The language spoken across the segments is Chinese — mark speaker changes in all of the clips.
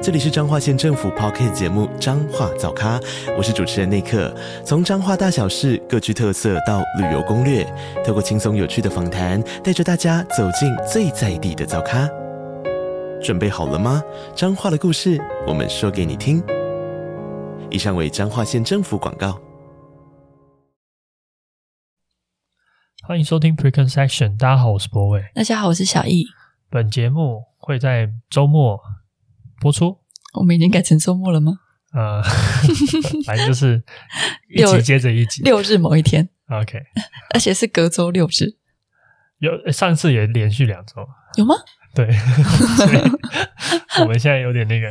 Speaker 1: 这里是彰化县政府 p o c k t 节目《彰化早咖》，我是主持人内克。从彰化大小事各具特色到旅游攻略，透过轻松有趣的访谈，带着大家走进最在地的早咖。准备好了吗？彰化的故事，我们说给你听。以上为彰化县政府广告。
Speaker 2: 欢迎收听 Preconception，大家好，我是博伟。
Speaker 3: 大家好，我是小易。
Speaker 2: 本节目会在周末播出，
Speaker 3: 我们已经改成周末 了吗？
Speaker 2: 呃，反正就是一集
Speaker 3: 六
Speaker 2: 接着一集。
Speaker 3: 六日某一天，
Speaker 2: OK，
Speaker 3: 而且是隔周六日，
Speaker 2: 有上次也连续两周，
Speaker 3: 有吗？
Speaker 2: 对， 所以我们现在有点那个。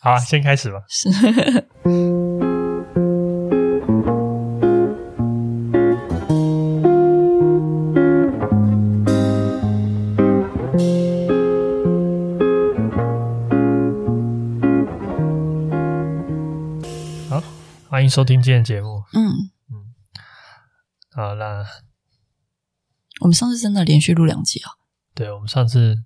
Speaker 2: 好、啊，先开始吧。
Speaker 3: 是
Speaker 2: 欢迎收听今天的节目。
Speaker 3: 嗯，
Speaker 2: 好，那
Speaker 3: 我们上次真的连续录两集啊，
Speaker 2: 对我们上次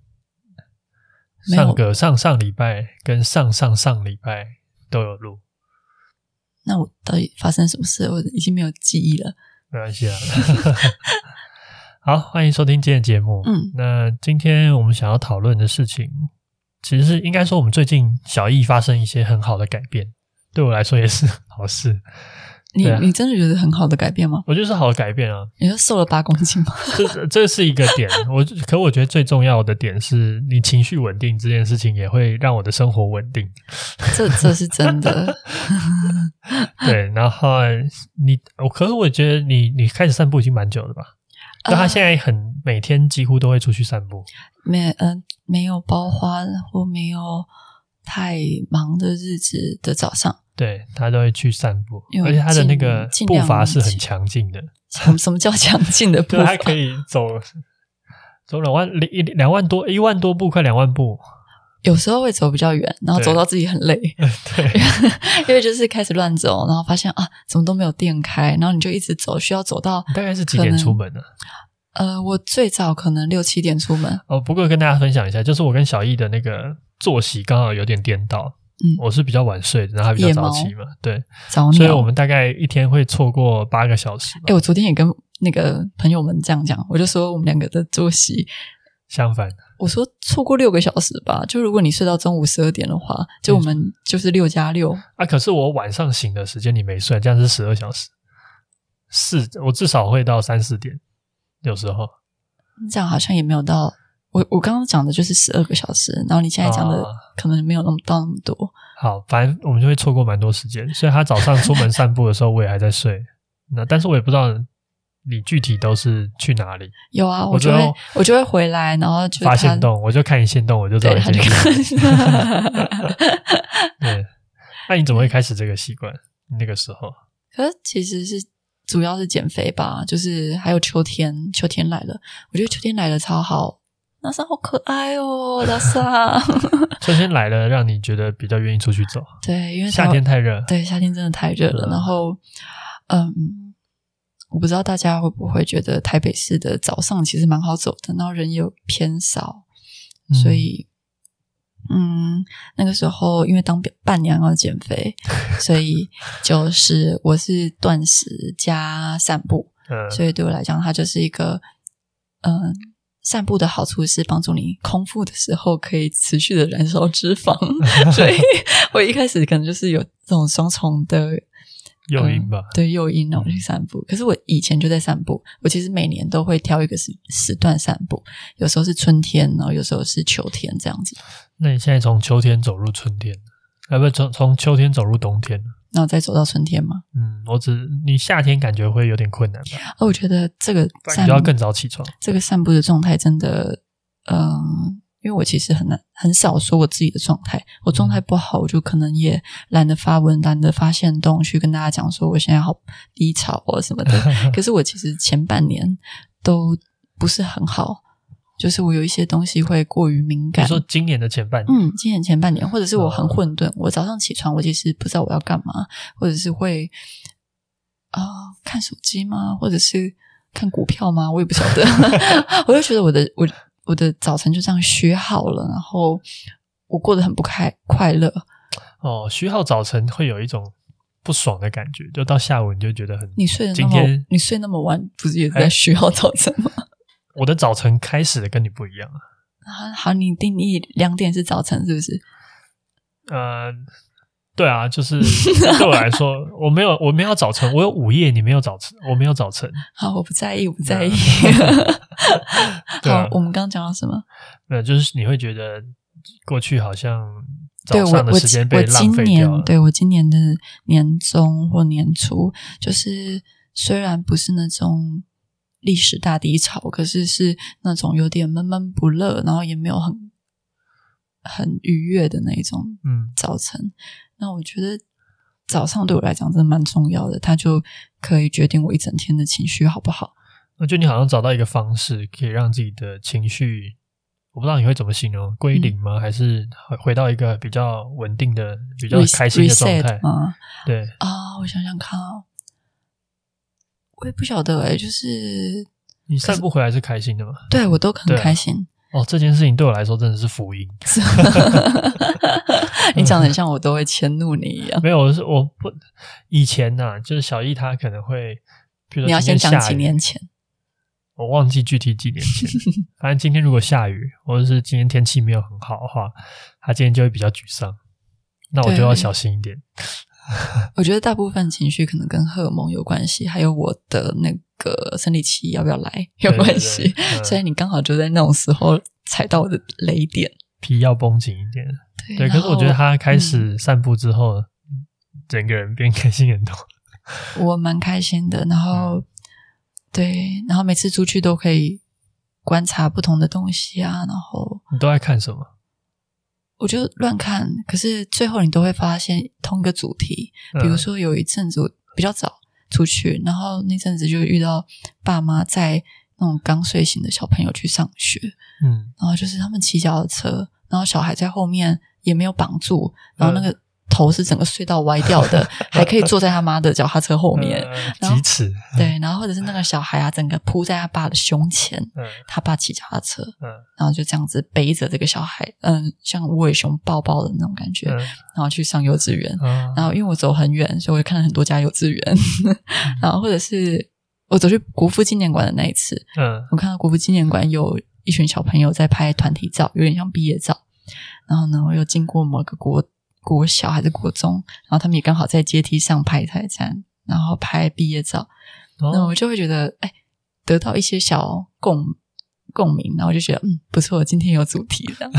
Speaker 3: 没有
Speaker 2: 上个上上礼拜跟上上上礼拜都有录，
Speaker 3: 那我到底发生什么事？我已经没有记忆了。
Speaker 2: 没关 系啊。好，欢迎收听今天的节目。
Speaker 3: 嗯
Speaker 2: 那今天我们想要讨论的事情，其实是应该说我们最近小易发生一些很好的改变，对我来说也是好事。
Speaker 3: 你、
Speaker 2: 对啊
Speaker 3: 你真的觉得很好的改变吗？
Speaker 2: 我觉得是好的改变啊，
Speaker 3: 你说瘦了八公斤 吗？
Speaker 2: 这这是一个点。我可我觉得最重要的点是你情绪稳定这件事情，也会让我的生活稳定。
Speaker 3: 这这是真 的。
Speaker 2: 对，然后你，我可是我觉得你你开始散步已经蛮久了吧？
Speaker 3: 呃
Speaker 2: 那他啊现在很每天几乎都会出去散步。
Speaker 3: 没嗯、呃、没有包花或没有太忙的日子的早上，
Speaker 2: 对他都会去散步，
Speaker 3: 因为
Speaker 2: 而且他的那个
Speaker 3: 尽尽
Speaker 2: 步
Speaker 3: 量
Speaker 2: 伐是很强劲的，
Speaker 3: 什么什么叫强劲的步
Speaker 2: 对，他
Speaker 3: 伐？
Speaker 2: 可以 走走两万一两万多一万多步，快两万步，
Speaker 3: 有时候会走比较远，然后
Speaker 2: 对
Speaker 3: 走到自己很累，
Speaker 2: 对
Speaker 3: 因为就是开始乱走，然后发现啊，怎么都没有店开，然后你就一直走，需要走到
Speaker 2: 大概是几点出门啊 呢、
Speaker 3: 呃，我最早可能六七点出门，
Speaker 2: 哦，不过跟大家分享一下，就是我跟小易的那个作息刚好有点颠倒，
Speaker 3: 嗯
Speaker 2: 我是比较晚睡的，然后他比较
Speaker 3: 夜
Speaker 2: 早
Speaker 3: 猫哦
Speaker 2: 起嘛，对，
Speaker 3: 早
Speaker 2: 所以
Speaker 3: 鸟。
Speaker 2: 我们大概一天会错过八个小时吧，
Speaker 3: 哎、我昨天也跟那个朋友们这样讲，我就说我们两个的作息，
Speaker 2: 相反，
Speaker 3: 我说错过六个小时吧，就如果你睡到中午十二点的话，
Speaker 2: 嗯
Speaker 3: 就我们就是六加六，
Speaker 2: 啊，可是我晚上醒的时间你没睡，这样是十二小时，是我至少会到三四点，有时候。
Speaker 3: 这样好像也没有到。我我刚刚讲的就是十二个小时，然后你现在讲的
Speaker 2: 啊
Speaker 3: 可能没有那么到那么多。
Speaker 2: 好，反正我们就会错过蛮多时间，所以他早上出门散步的时候，我也还在睡。 那但是我也不知道你具体都是去哪里
Speaker 3: 有啊，
Speaker 2: 我
Speaker 3: 我就
Speaker 2: 知
Speaker 3: 会
Speaker 2: 道
Speaker 3: 我就会回来，然后就是
Speaker 2: 发
Speaker 3: 他
Speaker 2: 现洞，我就看你现洞，我就知道
Speaker 3: 对，
Speaker 2: 你
Speaker 3: 他
Speaker 2: 今
Speaker 3: 就
Speaker 2: 天去哪里。
Speaker 3: 看。
Speaker 2: 对，那你怎么会开始这个习惯？那个时候，
Speaker 3: 可是其实是主要是减肥吧，就是还有秋天，秋天来了，我觉得秋天来了超好。拉萨好可爱哦，拉萨。
Speaker 2: 春天来了，让你觉得比较愿意出去走。
Speaker 3: 对，因为
Speaker 2: 夏
Speaker 3: 台
Speaker 2: 天
Speaker 3: 湾
Speaker 2: 太热，
Speaker 3: 对夏天真的太热了。然后，嗯，我不知道大家会不会觉得台北市的早上其实蛮好走的，然后人又偏少，
Speaker 2: 嗯
Speaker 3: 所以，嗯，那个时候因为当伴娘要减 肥，所以就是我是断食加散步，
Speaker 2: 嗯，
Speaker 3: 所以对我来讲，它就是一个嗯、呃散步的好处是帮助你空腹的时候可以持续的燃烧脂肪， 所以我一开始可能就是有这种双重的
Speaker 2: 诱因吧
Speaker 3: 嗯。对诱因让我去散步。可是我以前就在散步，我其实每年都会挑一个时时段散步，有时候是春天，然后有时候是秋天这样子，
Speaker 2: 那你现在从秋天走入春天，啊，不，从从秋天走入冬天。
Speaker 3: 然后再走到春天嘛。啊
Speaker 2: 嗯，我只你夏天感觉会有点困难吧，
Speaker 3: 而我觉得这个
Speaker 2: 你
Speaker 3: 散
Speaker 2: 就要更早起床。
Speaker 3: 这个散步的状态真的，嗯、因为我其实很难很少说我自己的状态，我状
Speaker 2: 嗯
Speaker 3: 态不好，我就可能也懒得发文，懒得发现动去跟大家讲说我现在好 低潮啊什么的。可是我其实前半年都不是很好，就是我有一些东西会过于敏
Speaker 2: 你
Speaker 3: 感。
Speaker 2: 说今年的前半年，
Speaker 3: 嗯，今年前半年，或者是我很
Speaker 2: 哦
Speaker 3: 混沌，我早上起床我其实不知道我要干嘛，或者是会啊、看手机吗？或者是看股票吗？我也不晓 得，我就觉得我的我我的早晨就这样虚耗了，然后我过得很不开快乐。
Speaker 2: 哦，徐浩早晨会有一种不爽的感觉，就到下午你就觉得很。
Speaker 3: 你睡得那
Speaker 2: 今
Speaker 3: 么
Speaker 2: 天
Speaker 3: 你睡那么晚，不是也是在
Speaker 2: 哎
Speaker 3: 虚耗早晨吗？
Speaker 2: 我的早晨开始的跟你不一样啊，
Speaker 3: 啊好，你定义两点是早晨是不是？
Speaker 2: 呃，对啊，就是 对我来说，我没有我没有早晨，我有午夜，你没有早晨，我没有早晨。
Speaker 3: 好，啊我不在意，我不在意。
Speaker 2: 对啊
Speaker 3: 好，我们刚刚讲到什么？
Speaker 2: 没有，就是你会觉得过去好像
Speaker 3: 对
Speaker 2: 早
Speaker 3: 我
Speaker 2: 上的
Speaker 3: 我
Speaker 2: 时间被
Speaker 3: 今
Speaker 2: 浪
Speaker 3: 我今
Speaker 2: 费掉
Speaker 3: 年
Speaker 2: 了。
Speaker 3: 对我今年的年中或年初，就是虽然不是那种历史大低潮，可是是那种有点闷闷不乐，然后也没有很很愉悦的那一种
Speaker 2: 嗯，
Speaker 3: 早晨。那我觉得早上对我来讲真的蛮重要的，它就可以决定我一整天的情绪好不好。
Speaker 2: 我觉得你好像找到一个方式，可以让自己的情绪，我不知道你会怎么形容，归零
Speaker 3: 嗯
Speaker 2: 吗？还是回到一个比较稳定的、比较
Speaker 3: Res-
Speaker 2: 开心的状
Speaker 3: reset
Speaker 2: 态？
Speaker 3: 吗？
Speaker 2: 对，
Speaker 3: 啊，我想想看啊，我也不晓得哎、就是
Speaker 2: 你散步回来是开心的吗？
Speaker 3: 对我都很
Speaker 2: 对啊
Speaker 3: 开心。
Speaker 2: 哦，这件事情对我来说真的是福音。
Speaker 3: 你讲的像我都会迁怒你一样。
Speaker 2: 没有，我是我不以前呐、就是小易他可能会，比如说
Speaker 3: 你要
Speaker 2: 今
Speaker 3: 先
Speaker 2: 天
Speaker 3: 讲
Speaker 2: 下
Speaker 3: 几
Speaker 2: 雨
Speaker 3: 年前，
Speaker 2: 我忘记具体几年前， 反正今天如果下雨，或者是今天天气没有很好的话，他今天就会比较沮丧。那我就要
Speaker 3: 对
Speaker 2: 小心一点。
Speaker 3: 我觉得大部分情绪可能跟荷尔蒙有关系，还有我的那个生理期要不要来有
Speaker 2: 对对
Speaker 3: 关
Speaker 2: 对
Speaker 3: 系。
Speaker 2: 嗯
Speaker 3: 所以你刚好就在那种时候踩到我的雷点。
Speaker 2: 皮要绷紧一点。
Speaker 3: 对
Speaker 2: 对，
Speaker 3: 然
Speaker 2: 可是我觉得
Speaker 3: 后嗯
Speaker 2: 他开始散步之后，整个人变开心很多。
Speaker 3: 我蛮开心的。然后、
Speaker 2: 嗯
Speaker 3: 对，然后每次出去都可以观察不同的东西啊，然后
Speaker 2: 你都在看什么？
Speaker 3: 我就乱看，可是最后你都会发现同一个主题。比如
Speaker 2: 嗯
Speaker 3: 说有一阵子我比较早出去，然后那阵子就遇到爸妈在那种刚睡醒的小朋友去上学，
Speaker 2: 嗯，
Speaker 3: 然后就是他们骑脚踏车，然后小孩在后面也没有绑住，然后那
Speaker 2: 嗯
Speaker 3: 个头是整个隧道歪掉的，还可以坐在他妈的脚踏车后面。
Speaker 2: 呃
Speaker 3: 然后
Speaker 2: 几尺？
Speaker 3: 对，然后或者是那个小孩啊，整个扑在他爸的胸前，
Speaker 2: 嗯
Speaker 3: 他爸骑脚踏车，
Speaker 2: 嗯
Speaker 3: 然后就这样子背着这个小孩，嗯，像无尾熊抱抱的那种感觉，
Speaker 2: 嗯
Speaker 3: 然后去上幼稚园。
Speaker 2: 嗯
Speaker 3: 然后因为我走很远，所以我就看了很多家幼稚园， 然后或者是我走去国父纪念馆的那一次，
Speaker 2: 嗯
Speaker 3: 我看到国父纪念馆有一群小朋友在拍团体照，有点像毕业照。然后呢，我又经过某个国国小还是国中，然后他们也刚好在阶梯上排台站，然后拍毕业照。那
Speaker 2: 哦
Speaker 3: 我就会觉得，哎，得到一些小共共鸣，然后我就觉得，嗯，不错，今天有主题这样。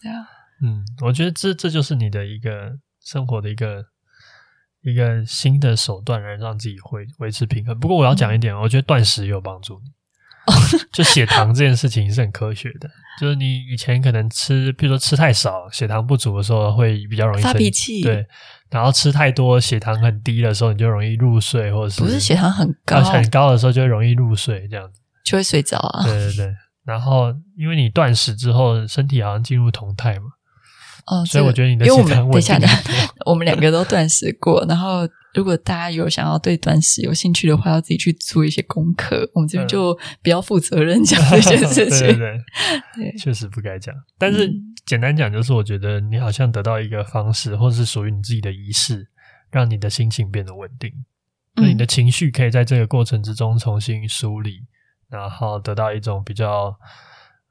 Speaker 3: 对啊，
Speaker 2: 嗯，我觉得这这就是你的一个生活的一个一个新的手段，来让自己维维持平衡。不过我要讲一点，哦
Speaker 3: 嗯
Speaker 2: 我觉得断食有帮 助你。就血糖这件事情是很科学的，就是你以前可能吃，比如说吃太少，血糖不足的时候会比较容易
Speaker 3: 发
Speaker 2: 生
Speaker 3: 脾气
Speaker 2: 对，然后吃太多，血糖很低的时候，你就容易入睡，或者是
Speaker 3: 不是血糖很高
Speaker 2: 啊很高的时候就会容易入睡，这样子。
Speaker 3: 就会睡着啊。
Speaker 2: 对对对。 然后，因为你断食之后，身体好像进入酮态嘛，
Speaker 3: 哦，
Speaker 2: 所以我觉得你的
Speaker 3: 因为我
Speaker 2: 血
Speaker 3: 们
Speaker 2: 糖
Speaker 3: 等
Speaker 2: 稳
Speaker 3: 一下
Speaker 2: 定
Speaker 3: 的
Speaker 2: 很多。
Speaker 3: 我们两个都断食过，然后如果大家有想要对断食有兴趣的话，要自己去做一些功课。我们这
Speaker 2: 嗯
Speaker 3: 边就比较负责任讲这件 事情。
Speaker 2: 对对
Speaker 3: 对
Speaker 2: 对，确实不该讲。但是
Speaker 3: 嗯
Speaker 2: 简单讲，就是我觉得你好像得到一个方式，或是属于你自己的仪式，让你的心情变得稳定，
Speaker 3: 嗯
Speaker 2: 那、你的情绪可以在这个过程之中重新梳理，然后得到一种比较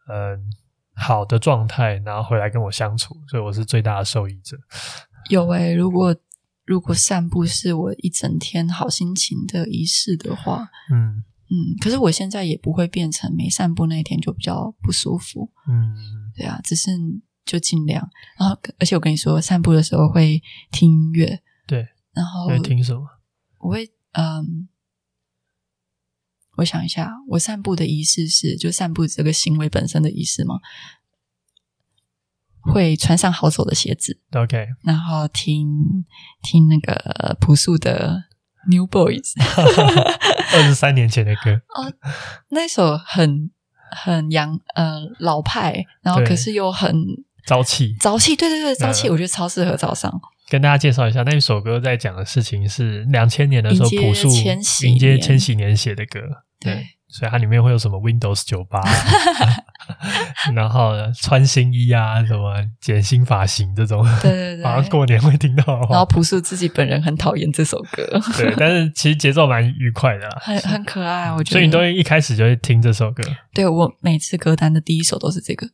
Speaker 2: 嗯、好的状态，然后回来跟我相处，所以我是最大的受益者。
Speaker 3: 有诶、如果如果散步是我一整天好心情的仪式的话，
Speaker 2: 嗯
Speaker 3: 嗯，可是我现在也不会变成没散步那一天就比较不舒服。
Speaker 2: 嗯
Speaker 3: 对啊，只是就尽量。然后，而且我跟你说，散步的时候会听音乐，
Speaker 2: 对，
Speaker 3: 然后
Speaker 2: 你在听什么？
Speaker 3: 我会嗯，我想一下，我散步的仪式是就散步这个行为本身的仪式吗？会穿上好走的鞋子，
Speaker 2: OK，
Speaker 3: 然后听听那个朴素的 New Boys
Speaker 2: 二十三年前的歌，
Speaker 3: 那首很很洋呃老派，然后
Speaker 2: 对
Speaker 3: 可是又很
Speaker 2: 朝气。
Speaker 3: 朝气，对对对，朝气，
Speaker 2: 嗯
Speaker 3: 我觉得超适合早上。
Speaker 2: 跟大家介绍一下，那首歌在讲的事情是两千年的时候，
Speaker 3: 迎接
Speaker 2: 朴树
Speaker 3: 千禧
Speaker 2: 迎接
Speaker 3: 年
Speaker 2: 千禧年写的歌。
Speaker 3: 对，
Speaker 2: 所以它里面会有什么 Windows 九 八、 然后呢穿新衣啊，什么剪新发型这种，
Speaker 3: 对对对
Speaker 2: 好像过年会听到的
Speaker 3: 然
Speaker 2: 话。
Speaker 3: 后朴树自己本人很讨厌这首歌，
Speaker 2: 对，但是其实节奏蛮愉快的啦，啊
Speaker 3: 很很可爱，我觉得。
Speaker 2: 所以你都会一开始就会听这首歌。
Speaker 3: 对我每次歌单的第一首都是这个，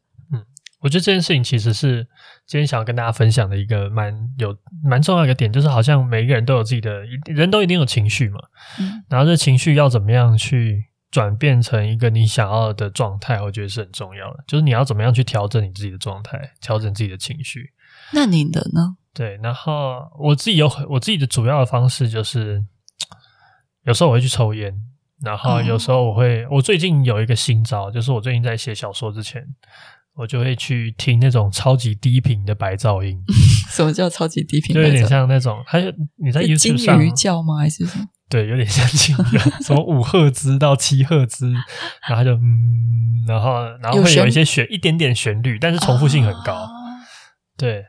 Speaker 2: 我觉得这件事情其实是今天想要跟大家分享的一个蛮有蛮重要的一个点，就是好像每一个人都有自己的，人都一定有情绪嘛，
Speaker 3: 嗯
Speaker 2: 然后这情绪要怎么样去转变成一个你想要的状态，我觉得是很重要的，就是你要怎么样去调整你自己的状态，调整自己的情绪。
Speaker 3: 那你的呢？
Speaker 2: 对，然后我自己有很我自己的主要的方式就是，有时候我会去抽烟，然后
Speaker 3: 哦
Speaker 2: 有时候我会，我最近有一个新招，就是我最近在写小说之前，我就会去听那种超级低频的白噪 音，
Speaker 3: 什么叫超级低频
Speaker 2: 就有
Speaker 3: 白
Speaker 2: 点
Speaker 3: 噪？
Speaker 2: 像那种，还有你在
Speaker 3: 是
Speaker 2: YouTube
Speaker 3: 金
Speaker 2: 上
Speaker 3: 鱼叫吗？还是什么？
Speaker 2: 对，有点像金鱼， 什么五赫兹到七赫兹，然后就嗯，然后然后会
Speaker 3: 有
Speaker 2: 有
Speaker 3: 旋
Speaker 2: 一些旋一点点旋律，但是重复性很高。
Speaker 3: 啊
Speaker 2: 对，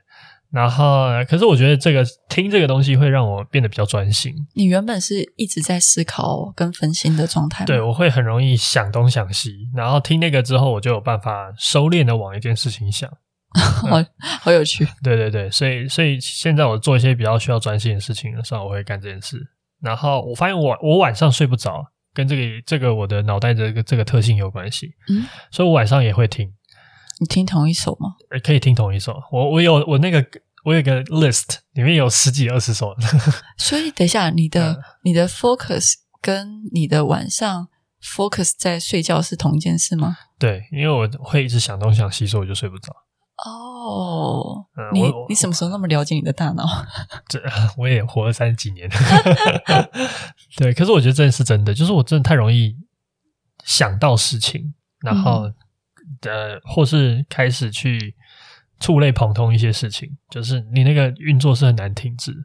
Speaker 2: 然后可是我觉得这个听这个东西会让我变得比较专心，
Speaker 3: 你原本是一直在思考跟分心的状态吗，
Speaker 2: 对我会很容易想东想西，然后听那个之后，我就有办法收敛的往一件事情想。
Speaker 3: 好好有趣。
Speaker 2: 对对对，所以所以现在我做一些比较需要专心的事情的时候，我会干这件事。然后我发现我我晚上睡不着，跟这个这个我的脑袋的这个这个特性有关系。
Speaker 3: 嗯，
Speaker 2: 所以我晚上也会听，
Speaker 3: 你听同一首吗？
Speaker 2: 呃可以听同一首。我我有我那个我有一个 list，里面有十几二十首。
Speaker 3: 所以等一下，你的、
Speaker 2: 呃
Speaker 3: 你的 focus 跟你的晚上 focus 在睡觉是同一件事吗？
Speaker 2: 对，因为我会一直想东想西，所以我就睡不着。
Speaker 3: 哦，
Speaker 2: 嗯
Speaker 3: 你
Speaker 2: 我我
Speaker 3: 你什么时候那么了解你的大脑？
Speaker 2: 这我也活了三十几年， 对。可是我觉得这是真的，就是我真的太容易想到事情，然后、
Speaker 3: 嗯
Speaker 2: 呃，或是开始去触类旁通一些事情，就是你那个运作是很难停止。
Speaker 3: 嗯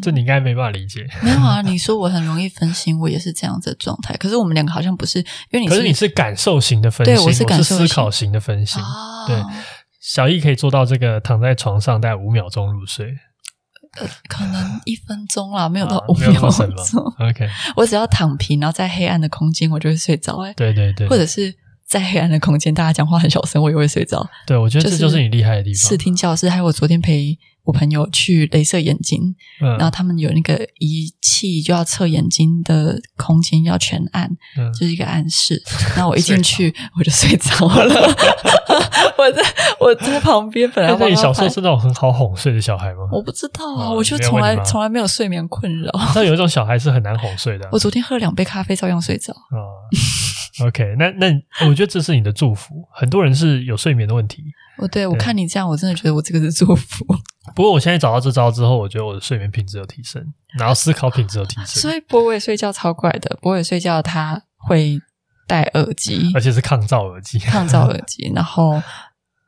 Speaker 2: 这你应该没办法理解。
Speaker 3: 没有啊，你说我很容易分心，我也是这样子的状态。可是我们两个好像不是，因为你
Speaker 2: 可是你是感受型的分析，
Speaker 3: 对
Speaker 2: 我
Speaker 3: 我是感受
Speaker 2: 思
Speaker 3: 型
Speaker 2: 考型的分析。
Speaker 3: 啊，
Speaker 2: 对小易可以做到这个，躺在床上大概五秒钟入睡，
Speaker 3: 可能一分 钟啦，没有到
Speaker 2: 啊
Speaker 3: 五
Speaker 2: 没有
Speaker 3: 秒
Speaker 2: 做什
Speaker 3: 钟
Speaker 2: 么。OK，
Speaker 3: 我只要躺平，然后在黑暗的空间，我就会睡着、欸。
Speaker 2: 对对对，
Speaker 3: 或者是在黑暗的空间，大家讲话很小声，我也会睡着。
Speaker 2: 对，我觉得
Speaker 3: 就
Speaker 2: 这
Speaker 3: 是
Speaker 2: 就是你厉害的地方。
Speaker 3: 视听教室，还有我昨天陪我朋友去镭射眼睛，
Speaker 2: 嗯
Speaker 3: 然后他们有那个仪器就要测眼睛的空间要全暗，
Speaker 2: 嗯
Speaker 3: 就是一个暗示。 然后我一进去我就睡着了，我在我在旁边本来
Speaker 2: 但
Speaker 3: 要
Speaker 2: 是
Speaker 3: 帮
Speaker 2: 你
Speaker 3: 他
Speaker 2: 小时候
Speaker 3: 拍
Speaker 2: 是那种很好哄睡的小孩吗？
Speaker 3: 我不知道啊，
Speaker 2: 哦
Speaker 3: 我就
Speaker 2: 你没有
Speaker 3: 从
Speaker 2: 问啊
Speaker 3: 来
Speaker 2: 你妈
Speaker 3: 从来没有睡眠困扰。
Speaker 2: 那有一种小孩是很难哄睡的啊。
Speaker 3: 我昨天喝两杯咖啡照样睡着，
Speaker 2: 啊 OK，那那我觉得这是你的祝福。很多人是有睡眠的问题，
Speaker 3: 我对我
Speaker 2: 对
Speaker 3: 看你这样，我真的觉得我这个是祝 福。
Speaker 2: 不过我现在找到这招之后，我觉得我的睡眠品质有提升，然后思考品质有提升，
Speaker 3: 所以博伟睡觉超怪的，博伟睡觉他会戴耳机，
Speaker 2: 而且是抗噪耳机。
Speaker 3: 抗噪耳机，然后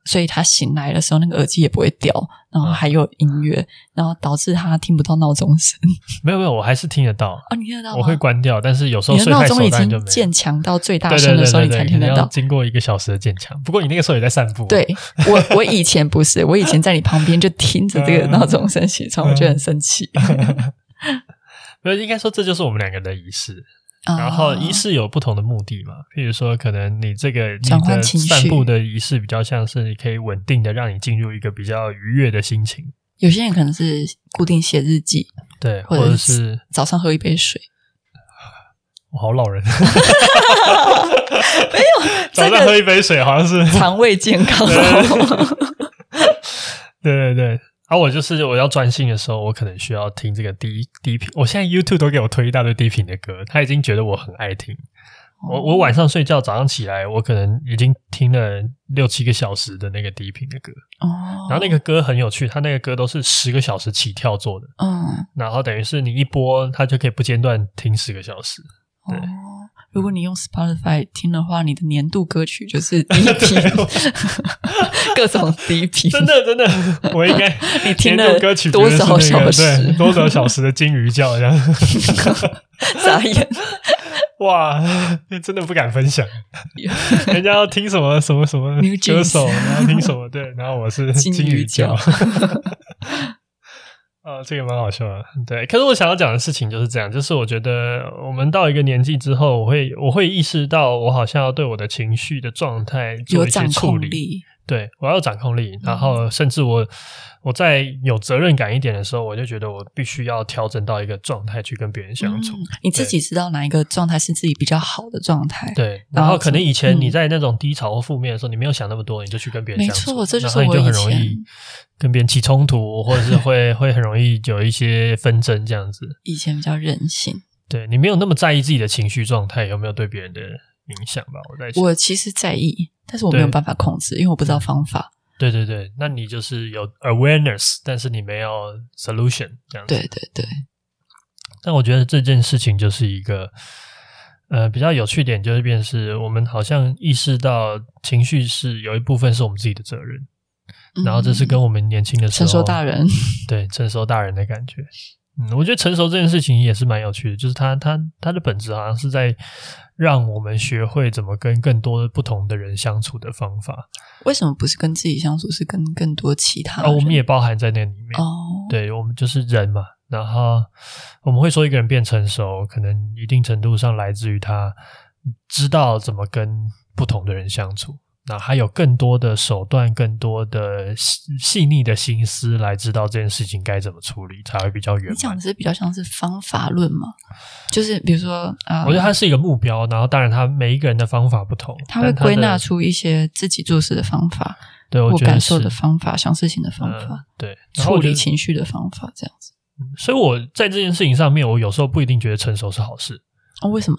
Speaker 3: 所以他醒来的时候那个耳机也不会掉，然
Speaker 2: 啊
Speaker 3: 后还有音乐，然后导致他听不到闹钟声。
Speaker 2: 没有没有，我还是听得到，
Speaker 3: 哦，你听得到吗？
Speaker 2: 我会关掉，但是有时候
Speaker 3: 你的
Speaker 2: 睡
Speaker 3: 闹
Speaker 2: 太熟
Speaker 3: 钟已
Speaker 2: 当然就
Speaker 3: 经
Speaker 2: 没有
Speaker 3: 渐。强到最大
Speaker 2: 对
Speaker 3: 声
Speaker 2: 对
Speaker 3: 的
Speaker 2: 对
Speaker 3: 时候，
Speaker 2: 对
Speaker 3: 你才
Speaker 2: 对，
Speaker 3: 听
Speaker 2: 可
Speaker 3: 得
Speaker 2: 能要
Speaker 3: 到。
Speaker 2: 经过一个小时的渐强。不过你那个时候也在散步，啊
Speaker 3: 对我，我以前不是，我以前在你旁边就听着这个
Speaker 2: 嗯
Speaker 3: 闹钟声起床，我就很生气。
Speaker 2: 没有，应该说这就是我们两个人的仪式。然
Speaker 3: 然
Speaker 2: 后仪式有不同的目的嘛，譬如说，可能你这个你
Speaker 3: 转换
Speaker 2: 的
Speaker 3: 情绪
Speaker 2: 散步的仪式比较像是你可以稳定的让你进入一个比较愉悦的心情，
Speaker 3: 有些人可能是固定写日记，
Speaker 2: 对，或
Speaker 3: 或
Speaker 2: 者
Speaker 3: 者
Speaker 2: 是
Speaker 3: 早上喝一杯水。
Speaker 2: 我好老人，
Speaker 3: 没有，
Speaker 2: 早
Speaker 3: 这
Speaker 2: 上喝
Speaker 3: 个
Speaker 2: 一杯 水好像是，
Speaker 3: 肠胃健康。
Speaker 2: 对对对。啊，我就是我要专心的时候，我可能需要听这个低低频。我现在 YouTube 都给我推一大堆低频的歌，他已经觉得我很爱听。
Speaker 3: 哦
Speaker 2: 我我晚上睡觉，早上起来，我可能已经听了六七个小时的那个低频的歌。
Speaker 3: 哦，
Speaker 2: 然后那个歌很有趣，它那个歌都是十个小时起跳做的，
Speaker 3: 嗯，
Speaker 2: 然后等于是你一播，它就可以不间断听十个小时。对
Speaker 3: 哦，如果你用 Spotify 听的话，你的年度歌 曲就是低频
Speaker 2: 对我，
Speaker 3: 各种低 频。
Speaker 2: 真的 真的，我应该
Speaker 3: 你听了
Speaker 2: 年度歌曲
Speaker 3: 多少
Speaker 2: 绝对是那个
Speaker 3: 小时
Speaker 2: 对多少小时的金鱼叫这样。
Speaker 3: 傻眼，
Speaker 2: 我 哇，真的不敢分 享，人家要听什么什么什么
Speaker 3: New
Speaker 2: 歌
Speaker 3: Jeans
Speaker 2: 手，然后听什么对，然后我是
Speaker 3: 金
Speaker 2: 金
Speaker 3: 鱼
Speaker 2: 鱼教
Speaker 3: 教，
Speaker 2: 啊，这个蛮好笑的，对。可是我想要讲的事情就是这样，就是我觉得我们到一个年纪之后，我会我会意识到，我好像要对我的情绪的状态做
Speaker 3: 有
Speaker 2: 一些
Speaker 3: 掌
Speaker 2: 处
Speaker 3: 控
Speaker 2: 理，
Speaker 3: 力，
Speaker 2: 对，我要有掌控
Speaker 3: 嗯
Speaker 2: 力，然后甚至我我在有责任感一点的时候，我就觉得我必须要调整到一个状态去跟别人相处。
Speaker 3: 嗯你自己知道哪一个状态是自己比较好的状态。
Speaker 2: 对，
Speaker 3: 然
Speaker 2: 然
Speaker 3: 后
Speaker 2: 后可能以前
Speaker 3: 嗯
Speaker 2: 你在那种低潮或负面的时候，你没有想那么多，你就去跟别人
Speaker 3: 没
Speaker 2: 相处，
Speaker 3: 错这就是
Speaker 2: 然后你就
Speaker 3: 我
Speaker 2: 很
Speaker 3: 以
Speaker 2: 容易
Speaker 3: 前
Speaker 2: 跟别人起冲突，或者是会 会很容易有一些纷争这样子。
Speaker 3: 以前比较任性，
Speaker 2: 对你没有那么在意自己的情绪状态有没有对别人的影响吧？我在想，
Speaker 3: 我其实在意，但是我没有
Speaker 2: 对嗯
Speaker 3: 办法控制，因为我不知道方法。
Speaker 2: 对对对，那你就是有 awareness，但是你没有 solution 这样子。
Speaker 3: 对对对，
Speaker 2: 但我觉得这件事情就是一个，呃，比较有趣点就是，便是我们好像意识到情绪是有一部分是我们自己的责任，
Speaker 3: 嗯
Speaker 2: 然后这是跟我们年轻的时候
Speaker 3: 成熟大人
Speaker 2: 对成熟大人的感觉。嗯，我觉得成熟这件事情也是蛮有趣的，就是它它它的本质好像是在让我们学会怎么跟更多不同的人相处的方法，
Speaker 3: 为什么不是跟自己相处，是跟更多其他
Speaker 2: 啊哦而、我们
Speaker 3: 人
Speaker 2: 也包含在那里面。
Speaker 3: 哦，
Speaker 2: 对我们就是人嘛，然后我们会说一个人变成熟，可能一定程度上来自于他知道怎么跟不同的人相处，那还有更多的手段、更多的细细腻的心思来知道这件事情该怎么处理，才会比较圆
Speaker 3: 你讲
Speaker 2: 满
Speaker 3: 的。是比较像是方法论嘛？就是比如说啊，呃
Speaker 2: 我觉得它是一个目标，然后当然他每一个人的方法不同，
Speaker 3: 他会
Speaker 2: 但的
Speaker 3: 归纳出一些自己做事的方法，
Speaker 2: 对我
Speaker 3: 我
Speaker 2: 觉得
Speaker 3: 感受
Speaker 2: 是
Speaker 3: 的方法、想事情的方
Speaker 2: 嗯
Speaker 3: 法、
Speaker 2: 对然后
Speaker 3: 处
Speaker 2: 我觉得
Speaker 3: 理情绪的方法，这样子。
Speaker 2: 所以我在这件事情上面，我有时候不一定觉得成熟是好事。
Speaker 3: 哦，为什么？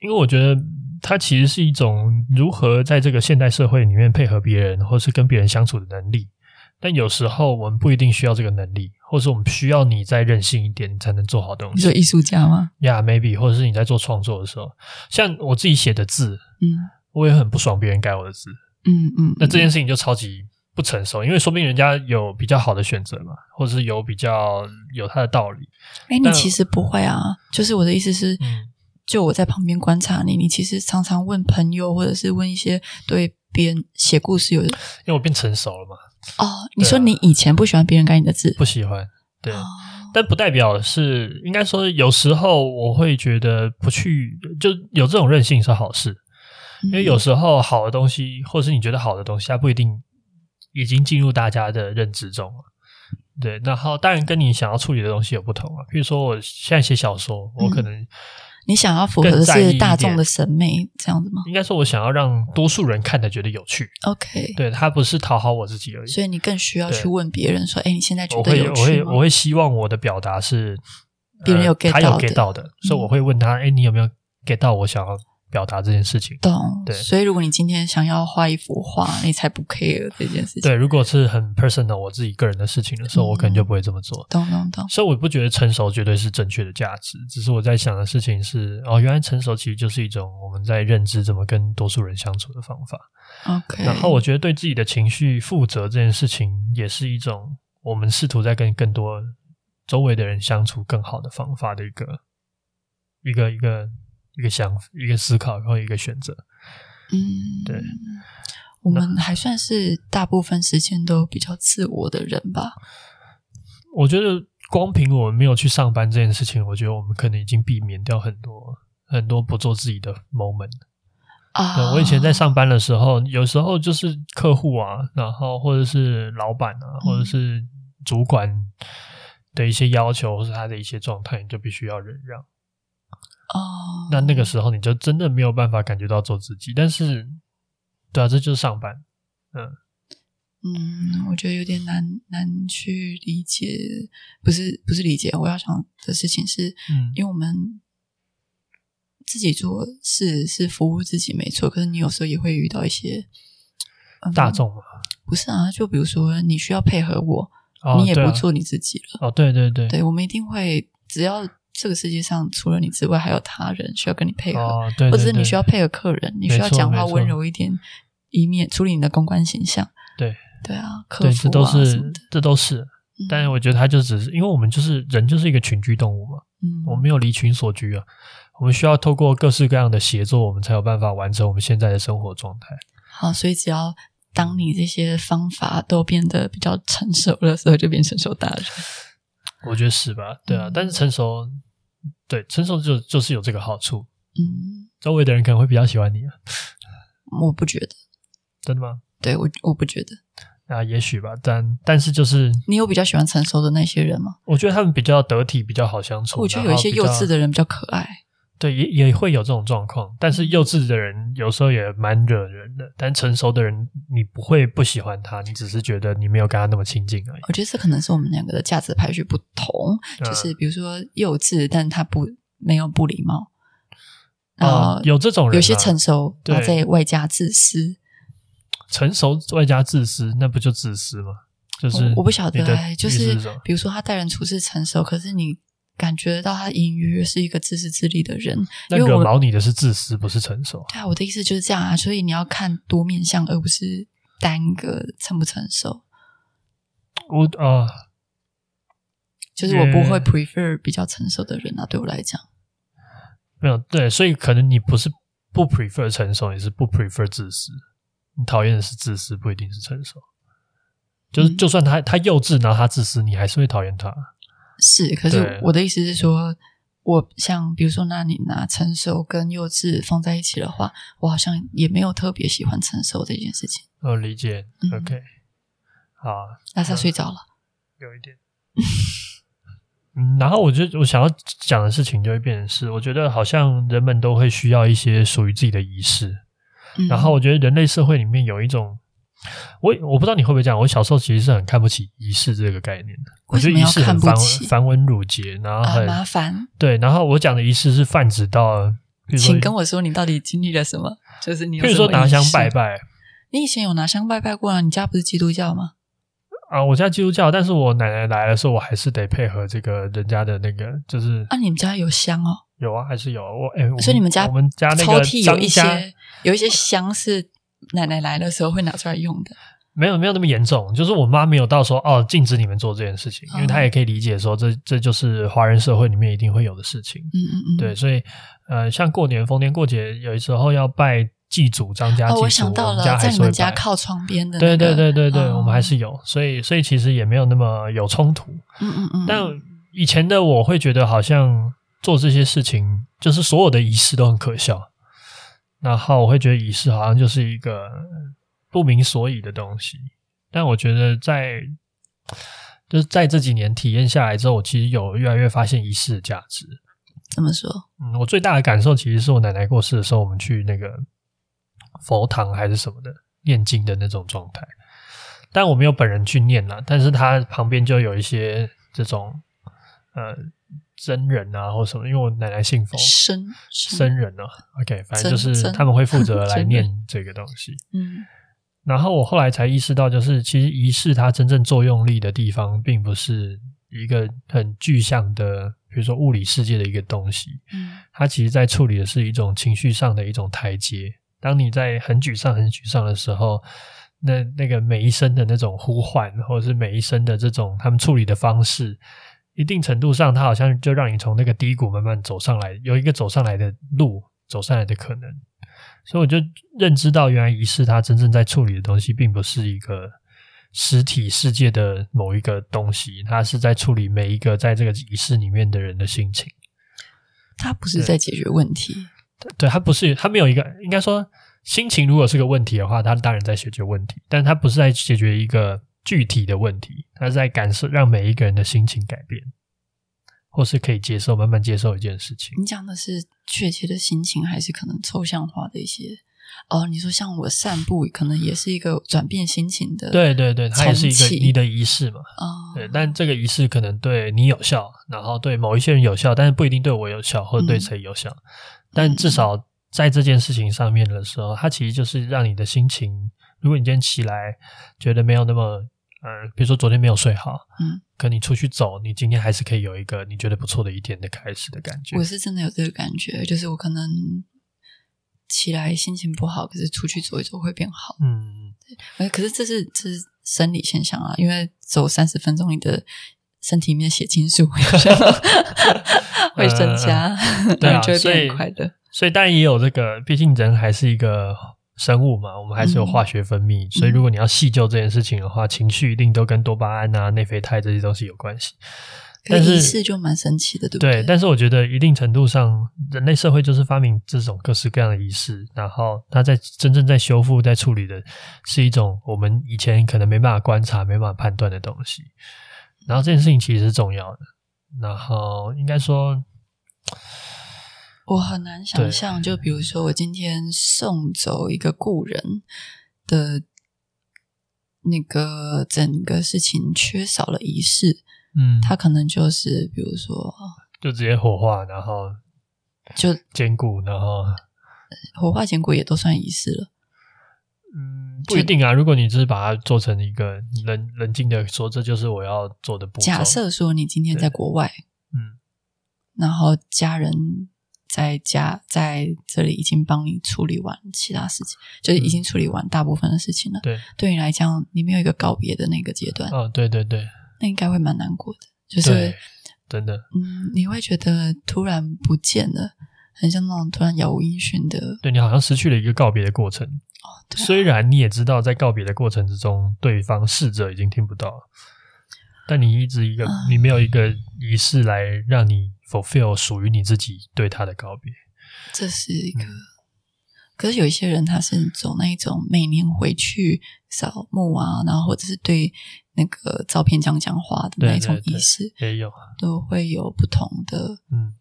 Speaker 2: 因为我觉得它其实是一种如何在这个现代社会里面配合别人，或是跟别人相处的能力。但有时候我们不一定需要这个能力，或是我们需要你再任性一点，你才能做好东
Speaker 3: 你说
Speaker 2: 西。
Speaker 3: 艺术家吗？
Speaker 2: 呀、yeah,，maybe，或者是你在做创作的时候，像我自己写的字，
Speaker 3: 嗯
Speaker 2: 我也很不爽别人改我的字。
Speaker 3: 嗯嗯。
Speaker 2: 那这件
Speaker 3: 嗯
Speaker 2: 事情就超级不成熟，因为说不定人家有比较好的选择嘛，或者是有比较有他的道理。
Speaker 3: 哎，你
Speaker 2: 但
Speaker 3: 其实不会啊，就是我的意思是
Speaker 2: 嗯，
Speaker 3: 就我在旁边观察你，你其实常常问朋友，或者是问一些对别人写故事有
Speaker 2: 因为我变成熟了嘛，
Speaker 3: 哦，你说你以前不喜欢别人改你的字，
Speaker 2: 啊不喜欢。对，
Speaker 3: 哦
Speaker 2: 但不代表是，应该说有时候我会觉得不去就有这种任性是好事，因为有时候好的东西，或是你觉得好的东西，它不一定已经进入大家的认知中了。对，然后当然跟你想要处理的东西有不同啊。比如说，我现在写小说，我可能
Speaker 3: 你想要符合
Speaker 2: 更
Speaker 3: 的
Speaker 2: 在意一
Speaker 3: 是
Speaker 2: 点
Speaker 3: 大众的审美，这样子吗
Speaker 2: 应该说，我想要让多数人看的觉得有趣，
Speaker 3: ？OK，
Speaker 2: 对，它不是讨好我自己而已。
Speaker 3: 所以你更需要
Speaker 2: 对
Speaker 3: 去问别人说：“哎，你现在觉
Speaker 2: 我
Speaker 3: 得
Speaker 2: 会
Speaker 3: 有
Speaker 2: 我
Speaker 3: 趣
Speaker 2: 会
Speaker 3: 吗
Speaker 2: 我会希望我的表达是
Speaker 3: 别人
Speaker 2: 呃
Speaker 3: 有 get
Speaker 2: 他有
Speaker 3: 到
Speaker 2: get
Speaker 3: 的嗯
Speaker 2: 到的，所以我会问他，哎，你有没有 get 到我想要表达这件事情？？”
Speaker 3: 懂
Speaker 2: 对。
Speaker 3: 所以如果你今天想要画一幅画，你才不 care 这件事情。
Speaker 2: 对，如果是很 personal 我自己个人的事情的时候，我可能
Speaker 3: 嗯
Speaker 2: 就不会这么做。
Speaker 3: 懂懂懂。
Speaker 2: 所以我不觉得成熟绝对是正确的价值，只是我在想的事情是，哦，原来成熟其实就是一种我们在认知怎么跟多数人相处的方法。
Speaker 3: OK。
Speaker 2: 然后我觉得对自己的情绪负责这件事情，也是一种我们试图在跟更多周围的人相处更好的方法的一个一个一个一个想一个思考，然后一个选择。
Speaker 3: 嗯，
Speaker 2: 对。
Speaker 3: 我们还算是大部分时间都比较自我的人吧。
Speaker 2: 我觉得光凭我们没有去上班这件事情，我觉得我们可能已经避免掉很多很多不做自己的 moment。对，
Speaker 3: 啊，
Speaker 2: 呃我以前在上班的时候，有时候就是客户啊，然后或者是老板啊，或
Speaker 3: 嗯
Speaker 2: 者是主管的一些要求，或是他的一些状态，你就必须要忍让。
Speaker 3: 哦，
Speaker 2: 那那个时候你就真的没有办法感觉到做自己。但是，对啊，这就是上班。
Speaker 3: 嗯，我觉得有点难难去理解，不是不是理解，我要想的事情是，
Speaker 2: 嗯，
Speaker 3: 因为我们自己做事是服务自己没错，可是你有时候也会遇到一些、嗯
Speaker 2: 大，众嘛，
Speaker 3: 不是啊？就比如说你需要配合我，
Speaker 2: 哦、
Speaker 3: 你也
Speaker 2: 对啊
Speaker 3: 不做你自己了。
Speaker 2: 哦，对对对，
Speaker 3: 对，我们一定会，只要这个世界上除了你之外还有他人需要跟你配合，
Speaker 2: 哦，对对对
Speaker 3: 或者是你需要配合客人，你需要
Speaker 2: 没错
Speaker 3: 讲话
Speaker 2: 没错
Speaker 3: 温柔一点，以免处理你的公关形象。
Speaker 2: 对
Speaker 3: 对啊，客
Speaker 2: 对，这
Speaker 3: 服啊
Speaker 2: 都
Speaker 3: 什
Speaker 2: 是
Speaker 3: 么的。
Speaker 2: 这都是。
Speaker 3: 嗯
Speaker 2: 但是我觉得他就只是，因为我们就是人，就是一个群居动物嘛，
Speaker 3: 嗯
Speaker 2: 我们没有离群所居啊。我们需要透过各式各样的协作，我们才有办法完成我们现在的生活状态。
Speaker 3: 好，所以只要当你这些方法都变得比较成熟的时候，就变成熟大人。
Speaker 2: 我觉得是吧？对啊，
Speaker 3: 嗯
Speaker 2: 但是成熟，对成熟就就是有这个好处，
Speaker 3: 嗯，
Speaker 2: 周围的人可能会比较喜欢你啊，
Speaker 3: 我不觉得，
Speaker 2: 真的吗？
Speaker 3: 对我我不觉得。
Speaker 2: 啊，也许吧，但但是就是
Speaker 3: 你有比较喜欢成熟的那些人吗？
Speaker 2: 我觉得他们比较得体，比较好相处。
Speaker 3: 我觉得有一些
Speaker 2: 哦然后
Speaker 3: 幼
Speaker 2: 比较
Speaker 3: 稚的人比较可爱。
Speaker 2: 对，也也会有这种状况。但是幼稚的人有时候也蛮惹人的，但成熟的人你不会不喜欢他，你只是觉得你没有跟他那么亲近而已。
Speaker 3: 我觉得这可能是我们两个的价值排序不同，
Speaker 2: 嗯
Speaker 3: 就是比如说幼稚，但他不没有不礼貌，然
Speaker 2: 啊、
Speaker 3: 后
Speaker 2: 有这种人、啊，
Speaker 3: 哦有些成熟，
Speaker 2: 对
Speaker 3: 然后再外加自私。
Speaker 2: 成熟外加自私，那不就自私吗？就是
Speaker 3: 我我不晓得
Speaker 2: 你的
Speaker 3: 哎，就
Speaker 2: 意思
Speaker 3: 是
Speaker 2: 什么
Speaker 3: 比如说他待人处事成熟，可是你感觉到他隐约是一个自私自利的人，
Speaker 2: 那
Speaker 3: 因为
Speaker 2: 惹
Speaker 3: 我
Speaker 2: 毛你的是自私，不是成熟。
Speaker 3: 对啊，我的意思就是这样啊，所以你要看多面相，而不是单个成不成熟。
Speaker 2: 我啊、
Speaker 3: 就是我不会
Speaker 2: 嗯
Speaker 3: prefer 比较成熟的人啊，对我来讲，
Speaker 2: 没有对，所以可能你不是不 prefer 成熟，也是不 prefer 自私。你讨厌的是自私，不一定是成熟。就是
Speaker 3: 嗯
Speaker 2: 就算他他幼稚，然后他自私，你还是会讨厌他。
Speaker 3: 是。可
Speaker 2: 对
Speaker 3: 是我的意思是说，我像比如说，那你拿成熟跟幼稚放在一起的话，我好像也没有特别喜欢成熟这件事情。
Speaker 2: 我理解、
Speaker 3: 嗯
Speaker 2: o k 好，
Speaker 3: 那他睡着了，
Speaker 2: 有一点。 嗯，然后我就我想要讲的事情就会变成是，我觉得好像人们都会需要一些属于自己的仪式。
Speaker 3: 嗯、
Speaker 2: 然后我觉得人类社会里面有一种，我我不知道你会不会这样。我小时候其实是很看不起仪式这个概念的，我
Speaker 3: 为
Speaker 2: 觉
Speaker 3: 什
Speaker 2: 得
Speaker 3: 么
Speaker 2: 仪
Speaker 3: 要
Speaker 2: 式
Speaker 3: 看
Speaker 2: 很
Speaker 3: 不
Speaker 2: 繁文
Speaker 3: 起
Speaker 2: 繁文缛节，然后
Speaker 3: 啊
Speaker 2: 很、
Speaker 3: 麻烦，
Speaker 2: 对。然后我讲的仪式是泛指到，比如说
Speaker 3: 请跟我说你到底经历了什么？就是你有
Speaker 2: 譬如
Speaker 3: 什
Speaker 2: 说
Speaker 3: 么
Speaker 2: 拿
Speaker 3: 仪
Speaker 2: 香
Speaker 3: 式
Speaker 2: 拜，拜
Speaker 3: 你以前有拿香拜拜过啊？你家不是基督教吗？
Speaker 2: 啊，我家基督教，但是我奶奶来的时候，我还是得配合这个人家的那个，就是
Speaker 3: 啊，你们家有香哦，
Speaker 2: 有啊，还是有啊我哎，我
Speaker 3: 所以你们家
Speaker 2: 我们家那
Speaker 3: 抽
Speaker 2: 个
Speaker 3: 屉有
Speaker 2: 张
Speaker 3: 一
Speaker 2: 家
Speaker 3: 些有一些香是奶奶来的时候会拿出来用的。
Speaker 2: 没有没有那么严重，就是我妈没有到说哦禁止你们做这件事情，因为
Speaker 3: 哦
Speaker 2: 她也可以理解说这这就是华人社会里面一定会有的事情。
Speaker 3: 嗯嗯嗯，
Speaker 2: 对，所以呃，像过年逢年过节，有时候要拜祭祖张家祭
Speaker 3: 哦，
Speaker 2: 祖，
Speaker 3: 我想到
Speaker 2: 我们
Speaker 3: 了
Speaker 2: 家，还
Speaker 3: 在你
Speaker 2: 是会
Speaker 3: 们
Speaker 2: 拜。
Speaker 3: 家靠窗边的、那
Speaker 2: 对
Speaker 3: 个，
Speaker 2: 对对对对，
Speaker 3: 哦
Speaker 2: 我们还是有，所以所以其实也没有那么有冲突。
Speaker 3: 嗯嗯嗯，
Speaker 2: 但以前的我会觉得好像做这些事情，就是所有的仪式都很可笑，然后我会觉得仪式好像就是一个不明所以的东西。但我觉得在就是在这几年体验下来之后，我其实有越来越发现仪式的价值。
Speaker 3: 怎么说？
Speaker 2: 嗯，我最大的感受其实是我奶奶过世的时候，我们去那个佛堂还是什么的念经的那种状态。但我没有本人去念啦，但是他旁边就有一些这种呃僧人啊或什么，因为我奶奶信佛
Speaker 3: 生
Speaker 2: 僧，人啊，OK，反正就
Speaker 3: 僧
Speaker 2: 是
Speaker 3: 僧
Speaker 2: 他们会负 责来
Speaker 3: 僧人
Speaker 2: 念这个东西。
Speaker 3: 嗯
Speaker 2: 然后我后来才意识到，就是其实仪式它真正作用力的地方，并不是一个很具象的，比如说物理世界的一个东西，
Speaker 3: 嗯
Speaker 2: 它其实在处理的是一种情绪上的一种台阶。当你在很沮丧、很沮丧的时候，那那个每一声的那种呼唤，或者是每一声的这种他们处理的方式，一定程度上，它好像就让你从那个低谷慢慢走上来，有一个走上来的路，走上来的可能。所以我就认知到，原来仪式它真正在处理的东西，并不是一个实体世界的某一个东西，它是在处理每一个在这个仪式里面的人的心情。
Speaker 3: 他不是在解决问题，
Speaker 2: 对，它不是，它没有一个，应该说心情如果是个问题的话，它当然在解决问题，但它不是在解决一个具体的问题，它是在感受让每一个人的心情改变，或是可以接受慢慢接受一件事情。
Speaker 3: 你讲的是确切的心情，还是可能抽象化的一些？哦，你说像我散步，可能也是一个转变心情的，
Speaker 2: 对对对，它也是一
Speaker 3: 重
Speaker 2: 个
Speaker 3: 启
Speaker 2: 你的仪式嘛。
Speaker 3: 啊、
Speaker 2: 对，但这个仪式可能对你有效，然后对某一些人有效，但是不一定对我有效，或者
Speaker 3: 嗯
Speaker 2: 对谁有效。但至少在这件事情上面的时候，它其实就是让你的心情，如果你今天起来觉得没有那么，呃，比如说昨天没有睡好，
Speaker 3: 嗯，
Speaker 2: 可你出去走，你今天还是可以有一个你觉得不错的一天的开始的感觉
Speaker 3: 我。是真的有这个感觉，就是我可能起来心情不好，可是出去走一走会变好。
Speaker 2: 嗯，
Speaker 3: 呃可是这是这是生理现象啊， 因为走三十分钟，你的身体里面血清素会上会增加，
Speaker 2: 对
Speaker 3: 然
Speaker 2: 啊，
Speaker 3: 后 就会
Speaker 2: 所以
Speaker 3: 变得快乐。
Speaker 2: 所以当然也有这个，毕竟人还是一个生物嘛，我们还是有化学分泌，所以如果你要细究这件事情的话，情绪一定都跟多巴胺啊、内啡肽这些东西有关系。
Speaker 3: 可
Speaker 2: 但
Speaker 3: 是
Speaker 2: 是
Speaker 3: 仪式就蛮神奇的，对不
Speaker 2: 对，但是我觉得一定程度上，人类社会就是发明这种各式各样的仪式，然后它在真正在修复、在处理的是一种我们以前可能没办法观察、没办法判断的东西。然后这件事情其实是重要的，然后应该说，
Speaker 3: 我很难想象，就比如说我今天送走一个故人的那个整个事情缺少了仪式，
Speaker 2: 嗯，
Speaker 3: 他可能就是比如说
Speaker 2: 就直接火化，然后
Speaker 3: 就
Speaker 2: 坚固，然后
Speaker 3: 火化坚果也都算仪式了。
Speaker 2: 嗯，不一定啊。如果你只是把它做成一个冷冷静的说，这就是我要做的步骤。
Speaker 3: 假设说你今天在国外，
Speaker 2: 嗯，
Speaker 3: 然后家人在家在这里已经帮你处理完其他事情，就是已经处理完大部分的事情了。
Speaker 2: 对，
Speaker 3: 对你来讲，你没有一个告别的那个阶段，
Speaker 2: 哦，对对对，
Speaker 3: 那应该会蛮难过的。就是
Speaker 2: 对，真的，
Speaker 3: 嗯，你会觉得突然不见了，很像那种突然杳无音讯的。
Speaker 2: 对你好像失去了一个告别的过程。
Speaker 3: 对啊
Speaker 2: 虽然你也知道，在告别的过程之中，对方逝者已经听不到了，但你一直一个，
Speaker 3: 嗯
Speaker 2: 你没有一个仪式来让你 fulfill 属于你自己对他的告别。
Speaker 3: 这是一
Speaker 2: 嗯
Speaker 3: 个。可是有一些人他是走那一种每年回去扫墓啊，然后或者是对那个照片讲讲话的那一种
Speaker 2: 对对
Speaker 3: 仪式，
Speaker 2: 也有，啊
Speaker 3: 都会有不同的，
Speaker 2: 嗯，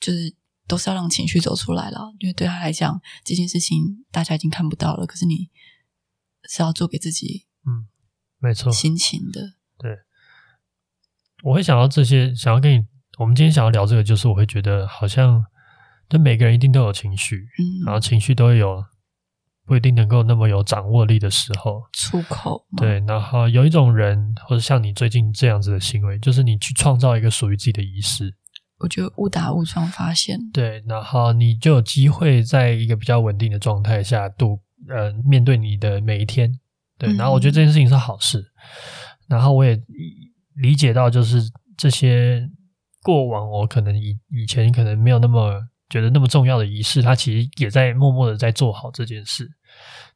Speaker 3: 就是都是要让情绪走出来了。因为对他来讲，这件事情大家已经看不到了，可是你是要做给自己
Speaker 2: 没错。
Speaker 3: 心情的。
Speaker 2: 我会想到这些，想要跟你，我们今天想要聊这个，就是我会觉得好像，就每个人一定都有情绪，
Speaker 3: 嗯，
Speaker 2: 然后情绪都会有不一定能够那么有掌握力的时候，
Speaker 3: 出口嘛，
Speaker 2: 对。然后有一种人，或者像你最近这样子的行为，就是你去创造一个属于自己的仪式，
Speaker 3: 我觉得误打误撞发现，
Speaker 2: 对，然后你就有机会在一个比较稳定的状态下度，呃，面对你的每一天。对，
Speaker 3: 嗯
Speaker 2: 然后我觉得这件事情是好事，然后我也理解到，就是这些过往我可能以以前可能没有那么觉得那么重要的仪式，它其实也在默默的在做好这件事，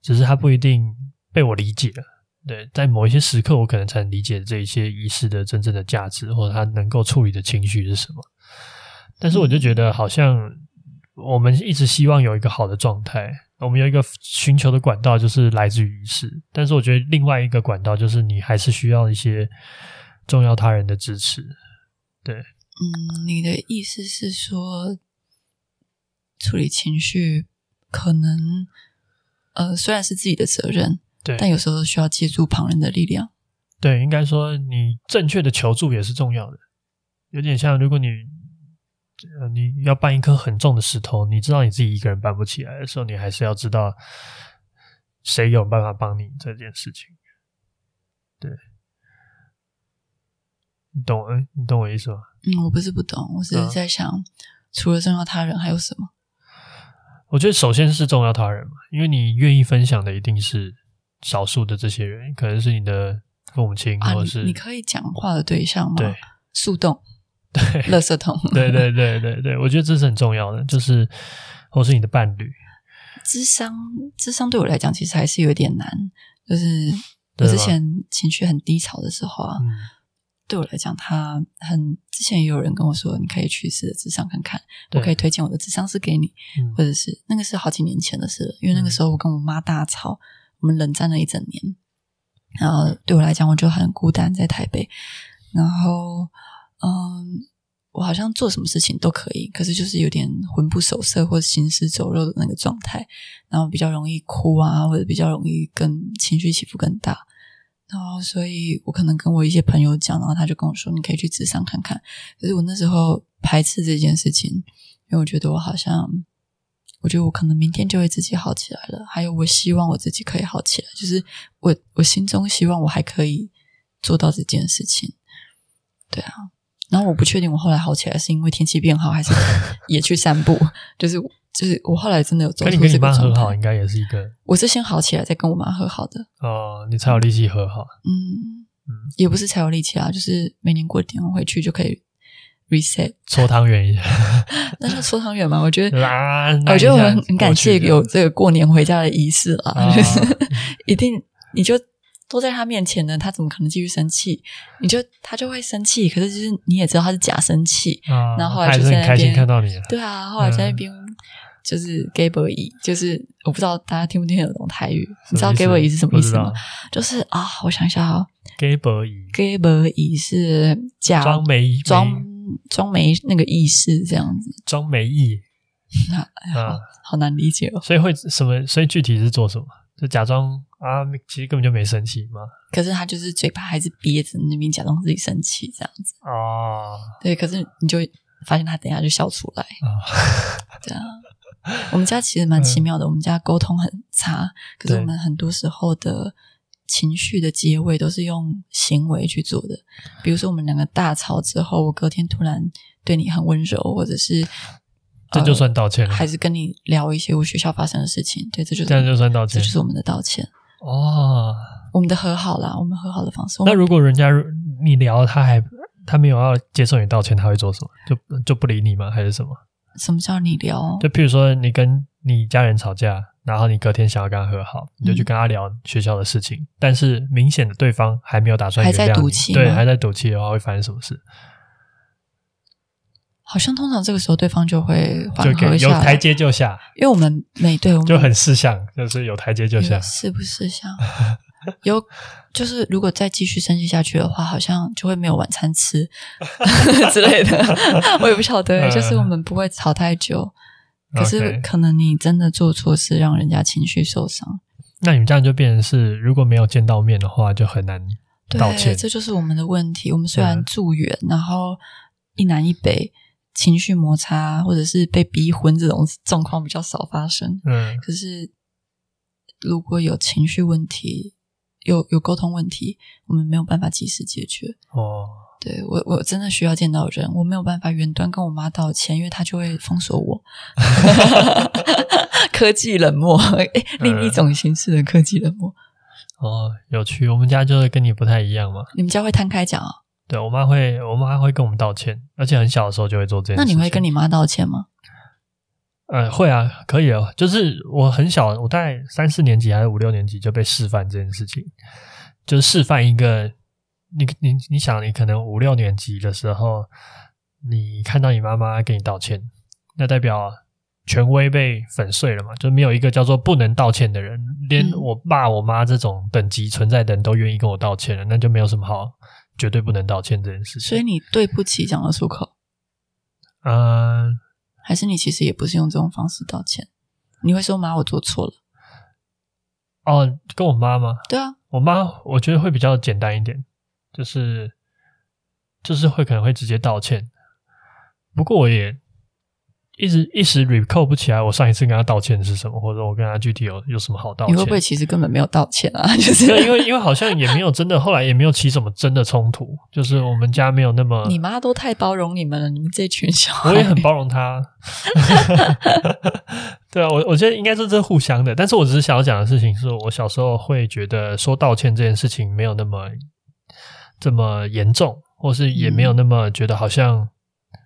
Speaker 2: 只是它不一定被我理解了。对，在某一些时刻，我可能才能理解这一些仪式的真正的价值，或者它能够处理的情绪是什么。但是我就觉得，好像我们一直希望有一个好的状态，我们有一个寻求的管道，就是来自于仪式。但是我觉得另外一个管道，就是你还是需要一些重要他人的支持。
Speaker 3: 嗯，你的意思是说，处理情绪可能，呃，虽然是自己的责任，
Speaker 2: 对，
Speaker 3: 但有时候需要借助旁人的力量。
Speaker 2: 对，应该说你正确的求助也是重要的，有点像如果你呃你要搬一颗很重的石头，你知道你自己一个人搬不起来的时候，你还是要知道谁有办法帮你这件事情。对，你懂哎，你懂我意思吗？
Speaker 3: 嗯，我不是不懂，我只是
Speaker 2: 嗯
Speaker 3: 在想，除了重要他人还有什么？
Speaker 2: 我觉得首先是重要他人嘛，因为你愿意分享的一定是少数的这些人，可能是你的父母亲，
Speaker 3: 啊，
Speaker 2: 或者
Speaker 3: 你
Speaker 2: 是
Speaker 3: 你可以讲话的对象吗？
Speaker 2: 对，
Speaker 3: 树洞、
Speaker 2: 对
Speaker 3: 垃圾桶，
Speaker 2: 对，对对对对，我觉得这是很重要的，就是或是你的伴侣，
Speaker 3: 智商，智商对我来讲其实还是有点难。就是我
Speaker 2: 对
Speaker 3: 之
Speaker 2: 吧
Speaker 3: 前情绪很低潮的时候啊，
Speaker 2: 嗯，
Speaker 3: 对我来讲，他很之前也有人跟我说，你可以去试着智商看看，我
Speaker 2: 对
Speaker 3: 可以推荐我的智商师给你，
Speaker 2: 嗯
Speaker 3: 或者是那个是好几年前的事了，因为那个
Speaker 2: 嗯
Speaker 3: 时候我跟我妈大吵，我们冷战了一整年，然后对我来讲，我就很孤单在台北，然后嗯，我好像做什么事情都可以，可是就是有点魂不守舍或行尸走肉的那个状态，然后比较容易哭啊，或者比较容易跟情绪起伏更大。然后，所以我可能跟我一些朋友讲，然后他就跟我说：“你可以去智商看看。”可是我那时候排斥这件事情，因为我觉得我好像，我觉得我可能明天就会自己好起来了。还有，我希望我自己可以好起来，就是我我心中希望我还可以做到这件事情。对啊，然后我不确定我后来好起来是因为天气变好，还是也去散步。就是就是我后来真的有走
Speaker 2: 跟
Speaker 3: 出
Speaker 2: 你跟你
Speaker 3: 这
Speaker 2: 妈
Speaker 3: 个
Speaker 2: 和
Speaker 3: 状
Speaker 2: 好，
Speaker 3: 态
Speaker 2: 应。该也是一个
Speaker 3: 我是先好起来，再跟我妈和好的。
Speaker 2: 哦，你才有力气和好，
Speaker 3: 嗯
Speaker 2: 嗯，
Speaker 3: 也不是才有力气啊，就是每年过年回去就可以 reset，
Speaker 2: 搓汤圆 一下，
Speaker 3: 那是搓汤圆嘛？我觉 得
Speaker 2: 啦，
Speaker 3: 我觉得我
Speaker 2: 们
Speaker 3: 们很感谢有这个过年回家的仪式啦，
Speaker 2: 啊
Speaker 3: 就是 一定你就都在他面前呢，他怎么可能继续生气？你就他就会生气，可是就是你也知道他是假生气，
Speaker 2: 啊，
Speaker 3: 然后后来
Speaker 2: 还
Speaker 3: 就是在
Speaker 2: 很
Speaker 3: 那
Speaker 2: 开心
Speaker 3: 边
Speaker 2: 看到你了，
Speaker 3: 对啊，后来在那边就是 gay boy，、就是我不知道大家听不听得懂台语，你知道 gay boy 是什么意思吗？就是啊，我想一下啊、哦、
Speaker 2: ？gay boy，
Speaker 3: ，gay boy 是假
Speaker 2: 装没
Speaker 3: 装装没那个意识这样子，
Speaker 2: 装没意啊，
Speaker 3: 好难理解哦。
Speaker 2: 所以会什么？所以具体是做什么？就假装啊，其实根本就没生气嘛。
Speaker 3: 可是他就是嘴巴还是憋着那边假装自己生气这样子，
Speaker 2: 哦，
Speaker 3: 对，可是你就发现他等一下就笑出来。
Speaker 2: 啊嗯
Speaker 3: 对啊，我们家其实蛮奇妙的，我们家沟通很差，可是
Speaker 2: 对
Speaker 3: 我们很多时候的情绪的结尾都是用行为去做的。比如说，我们两个大吵之后，我隔天突然对你很温柔，或者是
Speaker 2: 这就算道歉了，
Speaker 3: 呃还是跟你聊一些我学校发生的事情，对，这就是
Speaker 2: 这样就算道
Speaker 3: 这
Speaker 2: 歉
Speaker 3: 就是我们的道歉，
Speaker 2: 哦。
Speaker 3: 我们的和好啦，我们和好的方式。我
Speaker 2: 那
Speaker 3: 们
Speaker 2: 如果人家你聊他还他没有要接受你道歉，他会做什么？就就不理你吗？还是什么？
Speaker 3: 什么叫你聊？
Speaker 2: 就譬如说你跟你家人吵架，然后你隔天想要跟他和好，你就去跟他聊学校的事情，但是明显的对方还没有打算
Speaker 3: 嗯还
Speaker 2: 原
Speaker 3: 在
Speaker 2: 谅
Speaker 3: 赌
Speaker 2: 你
Speaker 3: 气
Speaker 2: 对，
Speaker 3: 吗
Speaker 2: 还在赌气的话会发生什么事？
Speaker 3: 好像通常这个时候对方就会
Speaker 2: 就
Speaker 3: 缓和
Speaker 2: 给
Speaker 3: 一
Speaker 2: 有
Speaker 3: 下
Speaker 2: 台
Speaker 3: 来，
Speaker 2: 阶就下，
Speaker 3: 因为我们每对我们
Speaker 2: 就很识相，就是有台阶就下
Speaker 3: 有。是不是像有？就是如果再继续生气下去的话，好像就会没有晚餐 吃之类的。我也不晓得，
Speaker 2: 嗯
Speaker 3: 就是我们不会吵太久，可是
Speaker 2: OK
Speaker 3: 可能你真的做错事，让人家情绪受伤。
Speaker 2: 那你们这样就变成是，如果没有见到面的话，就很难道
Speaker 3: 对，
Speaker 2: 歉。
Speaker 3: 这就是我们的问题。我们虽然
Speaker 2: 嗯
Speaker 3: 住远，然后一南一北，情绪摩擦或者是被逼婚这种状况比较少发生。
Speaker 2: 嗯
Speaker 3: 可是如果有情绪问题，有有沟通问题，我们没有办法及时解决。
Speaker 2: 哦，
Speaker 3: 对我，我真的需要见到人，我没有办法远端跟我妈道歉，因为她就会封 锁我。 科技冷漠，诶
Speaker 2: 嗯
Speaker 3: 另一种形式的科技冷漠。
Speaker 2: 哦，有趣。我们家就是跟你不太一样嘛。
Speaker 3: 你们家会摊开讲啊？
Speaker 2: 对我妈会，我妈会跟我们道歉，而且很小的时候就会做这件事
Speaker 3: 那
Speaker 2: 情。
Speaker 3: 你会跟你妈道歉吗？
Speaker 2: 呃，会啊，可以哦。就是我很小，我大概三四年级还是五六年级就被示范这件事情，就是示范一个你你你想，你可能五六年级的时候，你看到你妈妈给你道歉，那代表权威被粉碎了嘛？就没有一个叫做不能道歉的人，连
Speaker 3: 嗯
Speaker 2: 我爸我妈这种等级存在的人都愿意跟我道歉了，那就没有什么好绝对不能道歉这件事情。
Speaker 3: 所以你对不起讲得出口，
Speaker 2: 嗯、
Speaker 3: 还是你其实也不是用这种方式道歉？你会说妈，我做错了。
Speaker 2: 哦，跟我妈吗？
Speaker 3: 对啊，
Speaker 2: 我妈我觉得会比较简单一点，就是就是会可能会直接道歉。不过我也一直一时 recall 不起来，我上一次跟她道歉是什么，或者我跟她具体有有什么好道
Speaker 3: 你
Speaker 2: 歉？
Speaker 3: 会不会其实根本没有道歉啊？ 就是
Speaker 2: 对，因为因为好像也没有真的，后来也没有起什么真的冲突，就是我们家没有那么，
Speaker 3: 你妈都太包容你们了，你们这群小孩。
Speaker 2: 我也很包容她。对啊，我我觉得应该是这互相的，但是我只是想要讲的事情是我小时候会觉得说道歉这件事情没有那么这么严重，或是也没有那么觉得好像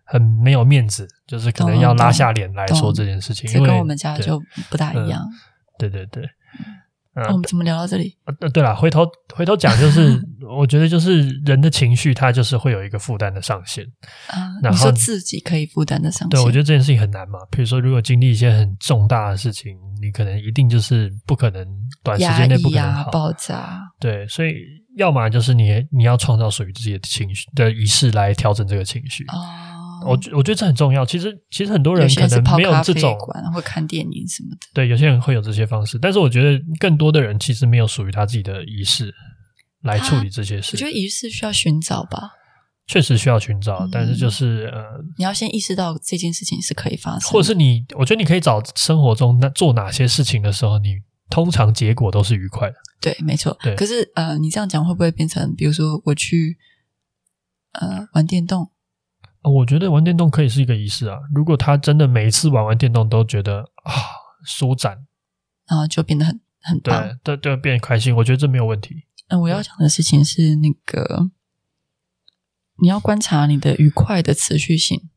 Speaker 2: 很没有面子，就是可能要拉下脸来说这件事情。
Speaker 3: 嗯这
Speaker 2: 因为嗯
Speaker 3: 跟我们家就不大一样。哦
Speaker 2: 对对对对，嗯
Speaker 3: 我们怎么聊到这里？
Speaker 2: 啊对对啦，回头回头讲就是， 我觉得就是人的情绪，它就是会有一个负担的上限。
Speaker 3: 啊，
Speaker 2: 然
Speaker 3: 你
Speaker 2: 后
Speaker 3: 说自己可以负担得上
Speaker 2: 对，我觉
Speaker 3: 得
Speaker 2: 得这件事情很难嘛。比如说，如果经历一些很重大的事情，你可能一定就是不可能短时
Speaker 3: 压
Speaker 2: 间内不
Speaker 3: 抑
Speaker 2: 可能
Speaker 3: 呀、
Speaker 2: 好。
Speaker 3: 爆炸，
Speaker 2: 对，所以要么就是你你要创造属于自己的情绪的仪式来调整这个情绪。
Speaker 3: 哦，
Speaker 2: 我觉我觉得这很重要。其实其实很多人
Speaker 3: 有些
Speaker 2: 可
Speaker 3: 是
Speaker 2: 能
Speaker 3: 泡
Speaker 2: 没有
Speaker 3: 咖
Speaker 2: 这
Speaker 3: 啡
Speaker 2: 种，
Speaker 3: 馆或看电影什么的。
Speaker 2: 对，有些人会有这些方式，但是我觉得更多的人其实没有属于他自己的仪式来处
Speaker 3: 他
Speaker 2: 理这些事
Speaker 3: 我觉。得仪式需要寻找吧，
Speaker 2: 确实需要寻找，但是就
Speaker 3: 嗯
Speaker 2: 是呃，
Speaker 3: 你要先意识到这件事情是可以发生的，
Speaker 2: 或者是你，我觉得你可以找生活中那做哪些事情的时候，你通常结果都是愉快的。
Speaker 3: 对，没错
Speaker 2: 对。
Speaker 3: 可是呃，你这样讲会不会变成，比如说我去呃玩电动，
Speaker 2: 呃我觉得玩电动可以是一个仪式啊。如果他真的每一次玩完电动都觉得啊舒展，
Speaker 3: 然后就变得很很
Speaker 2: 对
Speaker 3: 棒？
Speaker 2: 对对，变开心，我觉得这没有问题。
Speaker 3: 嗯，我要讲的事情是那个，你要观察你的愉快的持续性。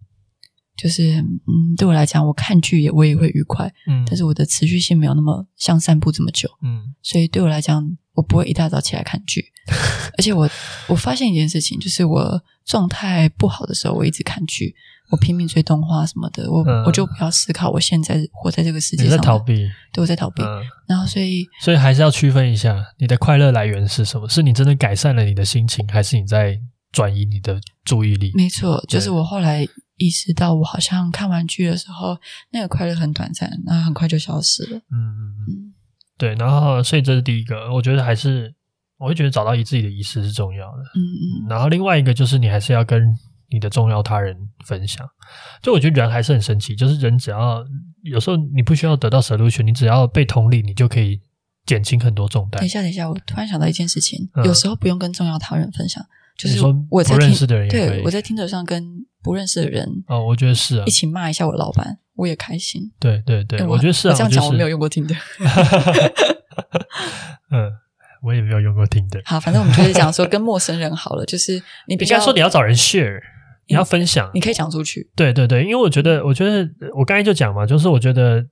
Speaker 3: 就是嗯，对我来讲，我看剧也我也会愉快，
Speaker 2: 嗯，
Speaker 3: 但是我的持续性没有那么像散步这么久，
Speaker 2: 嗯
Speaker 3: 所以对我来讲，我不会一大早起来看 剧。而且我我发现一件事情，就是我状态不好的时候，我一直看剧，我拼命追动画什么的，我、
Speaker 2: 嗯
Speaker 3: 我就不要思考我现在活在这个世界
Speaker 2: 你
Speaker 3: 上
Speaker 2: 在
Speaker 3: 的
Speaker 2: 逃，避，
Speaker 3: 对我在逃避。
Speaker 2: 嗯，
Speaker 3: 然后所以
Speaker 2: 所以还是要区分一下你的快乐来源是什么？是你真的改善了你的心情，还是你在转移你的注意力？
Speaker 3: 没错，就是
Speaker 2: 对
Speaker 3: 我后来意识到，我好像看完剧的时候，那个快乐很短暂，然后很快就消失了。
Speaker 2: 嗯嗯嗯，
Speaker 3: 嗯
Speaker 2: 对。然后，所以这是第一个，我觉得还是我会觉得找到一自己的仪式是重要的。
Speaker 3: 嗯嗯，
Speaker 2: 然后另外一个就是你还是要跟你的重要他人分享。就我觉得人还是很神奇，就是人只要有时候你不需要得到 solution，你只要被同理，你就可以减轻很多重担
Speaker 3: 等一。下，等一下，我突然想到一件事情，
Speaker 2: 嗯
Speaker 3: 有时候不用跟重要他人分享，就
Speaker 2: 你
Speaker 3: 是
Speaker 2: 说
Speaker 3: 我在
Speaker 2: 不认
Speaker 3: 听
Speaker 2: 识的人也可
Speaker 3: 对
Speaker 2: 以
Speaker 3: 我在听者上跟不认识的人
Speaker 2: 哦，我觉得是啊
Speaker 3: 一，起骂一下我老板，我也开心。
Speaker 2: 对对对，
Speaker 3: 哎
Speaker 2: 我觉得是啊，
Speaker 3: 我这样讲
Speaker 2: 觉
Speaker 3: 我
Speaker 2: 得是
Speaker 3: 没有用过听的。
Speaker 2: 嗯，我也没有用过听的。
Speaker 3: 好，反正我们就是讲说跟陌生人好了，就是你比
Speaker 2: 应
Speaker 3: 较
Speaker 2: 该说你要找人 share，你要分享
Speaker 3: 你。可以讲出去，
Speaker 2: 对对对，因为我觉得，我觉得我刚才就讲嘛，就是我觉得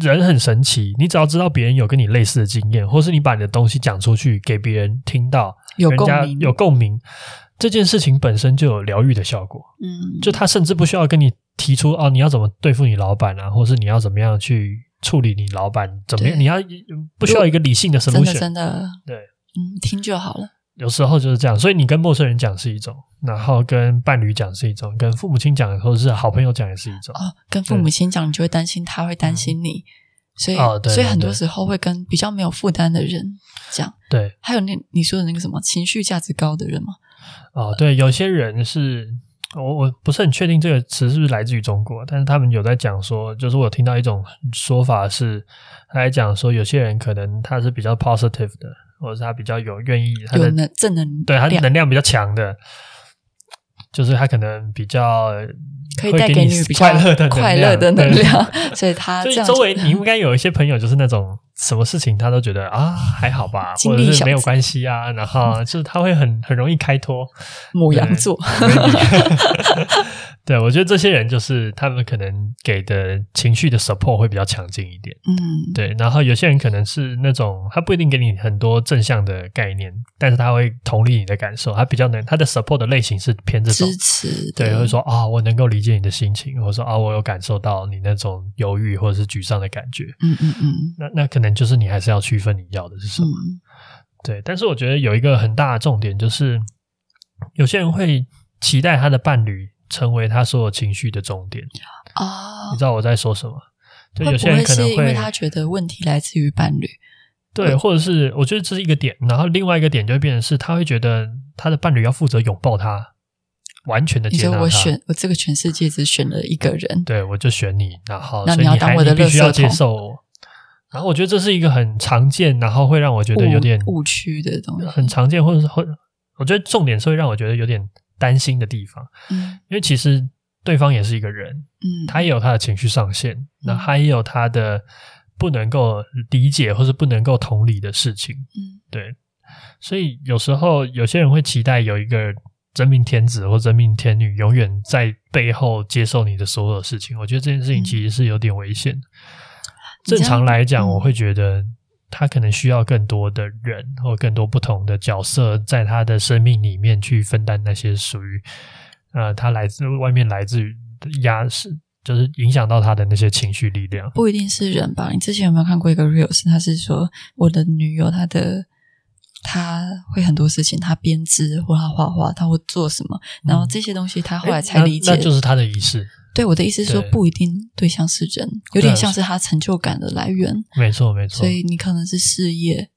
Speaker 2: 人很神奇，你只要知道别人有跟你类似的经验，或是你把你的东西讲出去给别人听到，
Speaker 3: 有
Speaker 2: 人
Speaker 3: 共
Speaker 2: 家
Speaker 3: 鸣，
Speaker 2: 有共鸣，这件事情本身就有疗愈的效果。
Speaker 3: 嗯，
Speaker 2: 就他甚至不需要跟你提出哦，你要怎么对付你老板啊，或是你要怎么样去处理你老板，怎么样，
Speaker 3: 对
Speaker 2: 你要呃不需要一个理性的
Speaker 3: 真的
Speaker 2: solution，
Speaker 3: 真的，
Speaker 2: 对。
Speaker 3: 嗯，听就好了。
Speaker 2: 有时候就是这样，所以你跟陌生人讲是一种，然后跟伴侣讲是一种，跟父母亲讲或者是好朋友讲也是一种。
Speaker 3: 哦，跟父母亲讲，你就会担心他会担心你，所以、
Speaker 2: 哦对
Speaker 3: 所以
Speaker 2: 对
Speaker 3: 很多
Speaker 2: 对
Speaker 3: 时候会跟比较没有负担的人讲。
Speaker 2: 对，
Speaker 3: 还有那你说的那个什么情绪价值高的人嘛，
Speaker 2: 哦，对，有些人是我我不是很确定这个词是不是来自于中国，但是他们有在讲说，就是我有听到一种说法是，他在讲说有些人可能他是比较 positive 的，或者是他比较有愿意他
Speaker 3: 有
Speaker 2: 的
Speaker 3: 能正能
Speaker 2: 对他
Speaker 3: 量
Speaker 2: 能量比较强的，就是他可能比较
Speaker 3: 可以
Speaker 2: 会
Speaker 3: 带
Speaker 2: 给
Speaker 3: 你比较
Speaker 2: 快乐的
Speaker 3: 快乐的能
Speaker 2: 对
Speaker 3: 量， 所以他
Speaker 2: 所
Speaker 3: 这
Speaker 2: 以
Speaker 3: 样
Speaker 2: 周围你应该有一些朋友，就是那种什么事情他都觉得啊还好吧，
Speaker 3: 经
Speaker 2: 或
Speaker 3: 历
Speaker 2: 者是
Speaker 3: 小
Speaker 2: 没有
Speaker 3: 子嗯
Speaker 2: 关系啊，然后就是他会很很容易开脱。
Speaker 3: 母羊座，
Speaker 2: 对，我觉得这些人就是他们可能给的情绪的 support 会比较强劲一点。
Speaker 3: 嗯，
Speaker 2: 对，然后有些人可能是那种他不一定给你很多正向的概念，但是他会同理你的感受，他比较能他的 support 的类型是偏这种
Speaker 3: 支。持的
Speaker 2: 对，会说啊、我能够理解你的心情，或者说啊、我有感受到你那种忧郁或者是沮丧的感觉。
Speaker 3: 嗯嗯嗯
Speaker 2: 那那可能就是你还是要区分你要的是什么。
Speaker 3: 嗯，
Speaker 2: 对，但是我觉得有一个很大的重点就是，有些人会期待他的伴侣成为他所有情绪的重点。
Speaker 3: 啊
Speaker 2: 你，知道我在说什么？就
Speaker 3: 会
Speaker 2: 有
Speaker 3: 不
Speaker 2: 些人
Speaker 3: 哦会
Speaker 2: 可能
Speaker 3: 是因为
Speaker 2: 会
Speaker 3: 他觉得问题来自于伴侣？
Speaker 2: 对，或者是我觉得这是一个点，然后另外一个点就会变成是，他会觉得他的伴侣要负责拥抱他，完全的
Speaker 3: 你
Speaker 2: 接
Speaker 3: 说
Speaker 2: 纳
Speaker 3: 我
Speaker 2: 他。
Speaker 3: 选我这个全世界只选了一个人，
Speaker 2: 对，我就选你，然后
Speaker 3: 那
Speaker 2: 所以
Speaker 3: 你要
Speaker 2: 你
Speaker 3: 当
Speaker 2: 还
Speaker 3: 我的
Speaker 2: 你必
Speaker 3: 垃
Speaker 2: 须
Speaker 3: 圾
Speaker 2: 要接
Speaker 3: 桶
Speaker 2: 受我。然后我觉得这是一个很常见，然后会让我觉得有点
Speaker 3: 误误区的东西，
Speaker 2: 很常见，或者是会，我觉得重点是会让我觉得有点担心的地方，
Speaker 3: 嗯
Speaker 2: 因为其实对方也是一个人，
Speaker 3: 嗯，
Speaker 2: 他也有他的情绪上限，那他也有他的不能够理解或是不能够同理的事情，
Speaker 3: 嗯
Speaker 2: 对，所以有时候有些人会期待有一个真命天子或真命天女永远在背后接受你的所有事情，我觉得这件事情其实是有点危险的。
Speaker 3: 嗯你
Speaker 2: 正
Speaker 3: 这样
Speaker 2: 常来讲，
Speaker 3: 嗯
Speaker 2: 我会觉得他可能需要更多的人或更多不同的角色，在他的生命里面去分担那些属于呃他来自外面来自于压是就是影响到他的那些情绪力量。
Speaker 3: 不一定是人吧？你之前有没有看过一个 reels？他是说我的女友，她的她会很多事情，她编织或她画画，她会做什么，然后这些东西她后来才理
Speaker 2: 嗯
Speaker 3: 解。
Speaker 2: 那那就是他的仪式，
Speaker 3: 对我的意思是说，
Speaker 2: 对
Speaker 3: 不一定对象是人，有点像是她成就感的来源。
Speaker 2: 没错没错。
Speaker 3: 所以你可能是事业，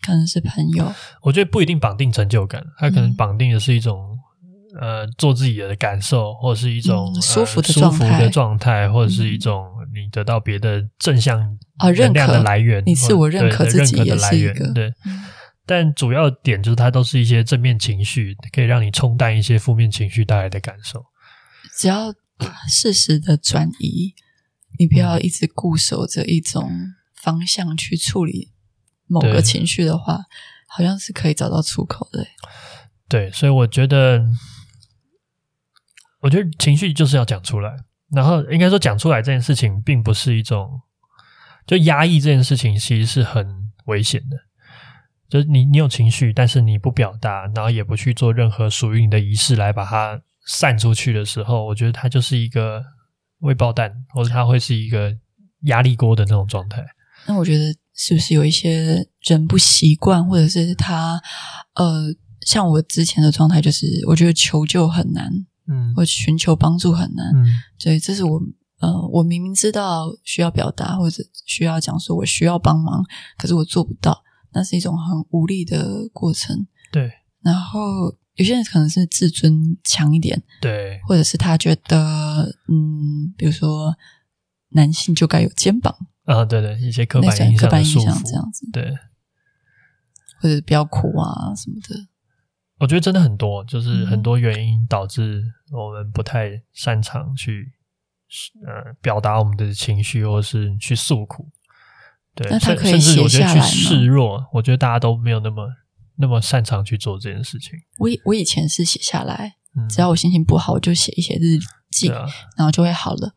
Speaker 3: 可能是朋友，
Speaker 2: 我觉得不一定绑定成就感，它可能
Speaker 3: 嗯
Speaker 2: 绑定的是一种、呃做自己的感受，或者是一种、
Speaker 3: 嗯
Speaker 2: 呃
Speaker 3: 舒服的
Speaker 2: 舒
Speaker 3: 状
Speaker 2: 服
Speaker 3: 态
Speaker 2: 的状态，或者是一种你得到别的正向
Speaker 3: 啊认
Speaker 2: 能量的
Speaker 3: 可
Speaker 2: 来源，
Speaker 3: 你自
Speaker 2: 或
Speaker 3: 我认
Speaker 2: 对
Speaker 3: 可
Speaker 2: 对
Speaker 3: 自己
Speaker 2: 认可
Speaker 3: 也
Speaker 2: 的来
Speaker 3: 是一
Speaker 2: 源
Speaker 3: 个嗯
Speaker 2: 对。但主要点就是它都是一些正面情绪，可以让你冲淡一些负面情绪带来的感受。
Speaker 3: 只要适时的转移，你不要一直固守着一种方向去处理某个
Speaker 2: 对
Speaker 3: 情绪的话，好像是可以找到出口的欸。
Speaker 2: 对，所以我觉得我觉得情绪就是要讲出来，然后应该说讲出来这件事情，并不是一种就压抑这件事情，其实是很危险的。就是你你有情绪，但是你不表达，然后也不去做任何属于你的仪式来把它散出去的时候，我觉得它就是一个未爆弹，或者它会是一个压力锅的那种状态。
Speaker 3: 那我觉得是不是有一些人不习惯，或者是他呃，像我之前的状态，就是我觉得求救很难，
Speaker 2: 嗯
Speaker 3: 我寻求帮助很难。
Speaker 2: 嗯
Speaker 3: 对，这是我呃，我明明知道需要表达或者需要讲说我需要帮忙，可是我做不到，那是一种很无力的过程。
Speaker 2: 对
Speaker 3: 然后有些人可能是自尊强一点，
Speaker 2: 对
Speaker 3: 或者是他觉得嗯，比如说男性就该有肩膀，
Speaker 2: 啊对对，一些刻
Speaker 3: 那
Speaker 2: 板
Speaker 3: 种
Speaker 2: 印
Speaker 3: 刻
Speaker 2: 象
Speaker 3: 板
Speaker 2: 的
Speaker 3: 印
Speaker 2: 束
Speaker 3: 象这
Speaker 2: 缚，
Speaker 3: 样子，
Speaker 2: 对。
Speaker 3: 或者不要哭啊什么的。
Speaker 2: 我觉得真的很多，就是
Speaker 3: 嗯
Speaker 2: 很多原因导致我们不太擅长去呃表达我们的情绪，或是去诉苦。对，
Speaker 3: 那它
Speaker 2: 甚
Speaker 3: 可以
Speaker 2: 甚至我觉
Speaker 3: 写
Speaker 2: 得
Speaker 3: 下
Speaker 2: 去
Speaker 3: 来吗
Speaker 2: 示弱，我觉得大家都没有那么那么擅长去做这件事情。
Speaker 3: 我以我以前是写下来，
Speaker 2: 嗯，
Speaker 3: 只要我心情不好，我就写一写日记，
Speaker 2: 对啊，
Speaker 3: 然后就会好了。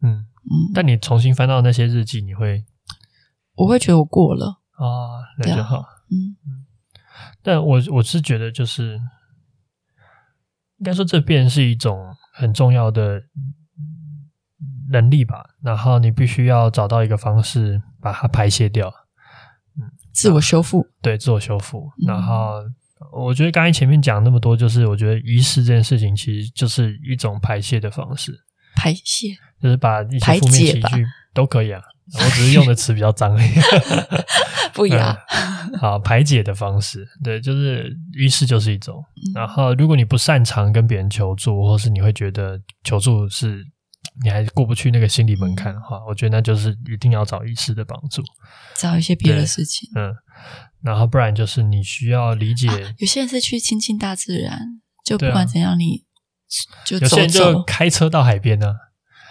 Speaker 2: 嗯，
Speaker 3: 嗯，
Speaker 2: 但你重新翻到那些日记，你会
Speaker 3: 我会觉得我过了，
Speaker 2: 啊，
Speaker 3: 对
Speaker 2: 那
Speaker 3: 啊
Speaker 2: 就好。
Speaker 3: 嗯
Speaker 2: 但我我是觉得，就是应该说这便是一种很重要的能力吧。然后你必须要找到一个方式把它排泄掉，
Speaker 3: 自我修复，
Speaker 2: 对，自我修复。
Speaker 3: 嗯
Speaker 2: 然后我觉得刚才前面讲那么多，就是我觉得仪式这件事情其实就是一种排泄的方式，
Speaker 3: 排泄。
Speaker 2: 就是把一些
Speaker 3: 排
Speaker 2: 负面
Speaker 3: 解
Speaker 2: 情
Speaker 3: 吧
Speaker 2: 绪都可以啊。我只是用的词比较脏而已。
Speaker 3: 不雅，
Speaker 2: 嗯好排解的方式，对，就是仪式就是一种。
Speaker 3: 嗯
Speaker 2: 然后，如果你不擅长跟别人求助，或是你会觉得求助是你还过不去那个心理门槛的
Speaker 3: 嗯
Speaker 2: 话，我觉得那就是一定要找医师的帮助。
Speaker 3: 找一些别
Speaker 2: 对
Speaker 3: 的事情。
Speaker 2: 嗯，然后不然就是你需要理解，
Speaker 3: 啊有些人是去亲近大自然，就不
Speaker 2: 对啊
Speaker 3: 管怎样，你就
Speaker 2: 有
Speaker 3: 走
Speaker 2: 些人就
Speaker 3: 走，哦
Speaker 2: 开车到海边呢、啊，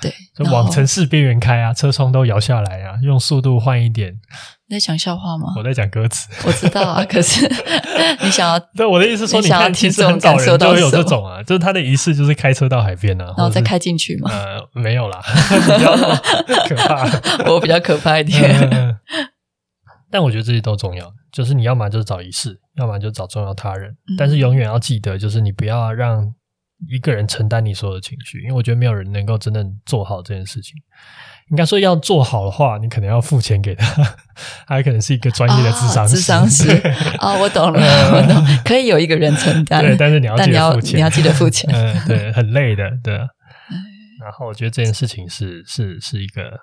Speaker 3: 对，
Speaker 2: 就
Speaker 3: 然
Speaker 2: 往
Speaker 3: 后
Speaker 2: 城市边缘开啊，车窗都摇下来啊，用速度换一点。
Speaker 3: 你在讲笑话吗？
Speaker 2: 我在讲歌词。
Speaker 3: 我知道 啊，可是你想要，
Speaker 2: 对，我的意思是说，
Speaker 3: 你
Speaker 2: 你
Speaker 3: 想要
Speaker 2: 看，其
Speaker 3: 听
Speaker 2: 实
Speaker 3: 众
Speaker 2: 很早
Speaker 3: 感受
Speaker 2: 人就
Speaker 3: 到
Speaker 2: 会有
Speaker 3: 什
Speaker 2: 这
Speaker 3: 么
Speaker 2: 种啊，就是他的仪式就是开车到海边啊，
Speaker 3: 然后
Speaker 2: 或者
Speaker 3: 再
Speaker 2: 是
Speaker 3: 开进去吗？
Speaker 2: 呃，没有啦， 比较可怕。
Speaker 3: 我比较可怕一点。
Speaker 2: 嗯但我觉得这些都重要，就是你要么就是找仪式，要么就找重要他人，
Speaker 3: 嗯
Speaker 2: 但是永远要记得，就是你不要让一个人承担你所有的情绪，因为我觉得没有人能够真正做好这件事情。应该说要做好的话，你可能要付钱给他， 他可能是一个专业的智商
Speaker 3: 啊
Speaker 2: 师，
Speaker 3: 智商师
Speaker 2: 对
Speaker 3: 啊，我懂了，我懂，可以有一个人承担，
Speaker 2: 对，但是你要
Speaker 3: 但
Speaker 2: 记
Speaker 3: 你
Speaker 2: 得
Speaker 3: 要
Speaker 2: 付钱，。
Speaker 3: 你要记得付钱 哎
Speaker 2: 嗯，对，很累 的，对啊。然后我觉得这件事情是是是一个，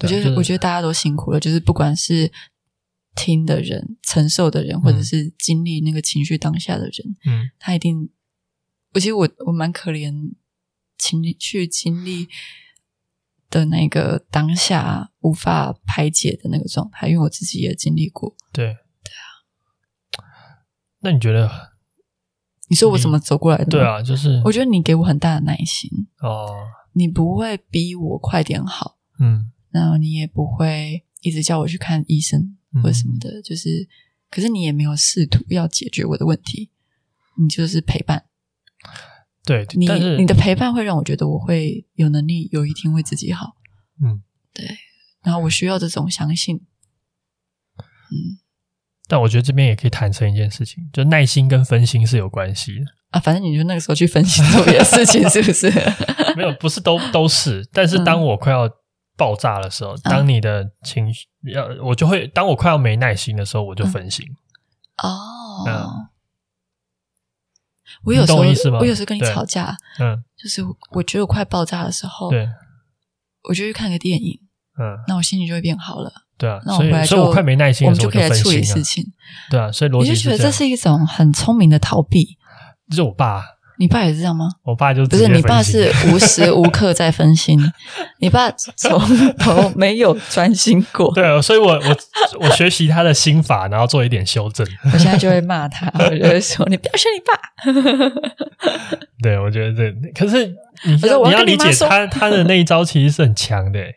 Speaker 3: 我觉
Speaker 2: 对啊就
Speaker 3: 得，
Speaker 2: 是
Speaker 3: 我觉得大家都辛苦了，就是不管是听的人、承受的人，或者
Speaker 2: 嗯
Speaker 3: 是经历那个情绪当下的人，
Speaker 2: 嗯
Speaker 3: 他一定，我其实我我蛮可怜，经历去经历的那个当下无法排解的那个状态，因为我自己也经历过。
Speaker 2: 对对啊。
Speaker 3: 啊
Speaker 2: 那你觉得
Speaker 3: 你说我怎么走过来的？
Speaker 2: 嗯对，啊？就是
Speaker 3: 嗯我觉得你给我很大的耐心，
Speaker 2: 得哦，
Speaker 3: 你不会逼我快点好，
Speaker 2: 嗯
Speaker 3: 然后你也不会一直叫我去看医生
Speaker 2: 嗯
Speaker 3: 或者什么的，就是，可是你也没有试图要解决我的问题，你就是陪伴。
Speaker 2: 对，
Speaker 3: 你
Speaker 2: 但是
Speaker 3: 你的陪伴会让我觉得我会有能力，有一天会自己好。
Speaker 2: 嗯，
Speaker 3: 对。然后我需要这种相信。嗯
Speaker 2: 但我觉得这边也可以坦诚一件事情，就耐心跟分心是有关系的，
Speaker 3: 啊，反正你就那个时候去分析 做别的事情，是不是？
Speaker 2: 没有不是都都是，但
Speaker 3: 嗯
Speaker 2: 是当我快要。爆炸的时候，当你的情绪要我就会，当我快要没耐心的时候，我
Speaker 3: 嗯
Speaker 2: 就分心。
Speaker 3: 哦。
Speaker 2: 嗯
Speaker 3: 我有时
Speaker 2: 你懂
Speaker 3: 候
Speaker 2: 我意思吗
Speaker 3: 我有时候跟你
Speaker 2: 对
Speaker 3: 吵架，
Speaker 2: 嗯，
Speaker 3: 就是我觉得我快爆炸的时候，
Speaker 2: 对，
Speaker 3: 我就去看个电影，
Speaker 2: 嗯，
Speaker 3: 那我心情就会变好了。
Speaker 2: 对啊，
Speaker 3: 那我
Speaker 2: 所以
Speaker 3: 回来
Speaker 2: 所以我
Speaker 3: 就
Speaker 2: 快没耐心
Speaker 3: 我
Speaker 2: 的
Speaker 3: 们
Speaker 2: 时候，
Speaker 3: 就
Speaker 2: 我
Speaker 3: 可以来
Speaker 2: 分
Speaker 3: 处理
Speaker 2: 心啊
Speaker 3: 事。情。
Speaker 2: 对啊，所以逻
Speaker 3: 我
Speaker 2: 辑
Speaker 3: 就觉得
Speaker 2: 这
Speaker 3: 这
Speaker 2: 样。
Speaker 3: 是一种很聪明的逃避。
Speaker 2: 就是我爸，
Speaker 3: 你爸也是这样吗？
Speaker 2: 我爸就
Speaker 3: 不
Speaker 2: 直
Speaker 3: 是
Speaker 2: 接
Speaker 3: 你爸
Speaker 2: 分心
Speaker 3: 是无时无刻在 分心，你爸从头没有专心过。
Speaker 2: 对啊，所以我我我学习他的心法，然后做一点修正。
Speaker 3: 我现在就会骂他，我就会说你不要学你爸。
Speaker 2: 对，我觉得这可是你
Speaker 3: 我说
Speaker 2: 你
Speaker 3: 我要
Speaker 2: 要
Speaker 3: 跟你
Speaker 2: 理
Speaker 3: 妈
Speaker 2: 解
Speaker 3: 说
Speaker 2: 他他的那一招其实是很强的，欸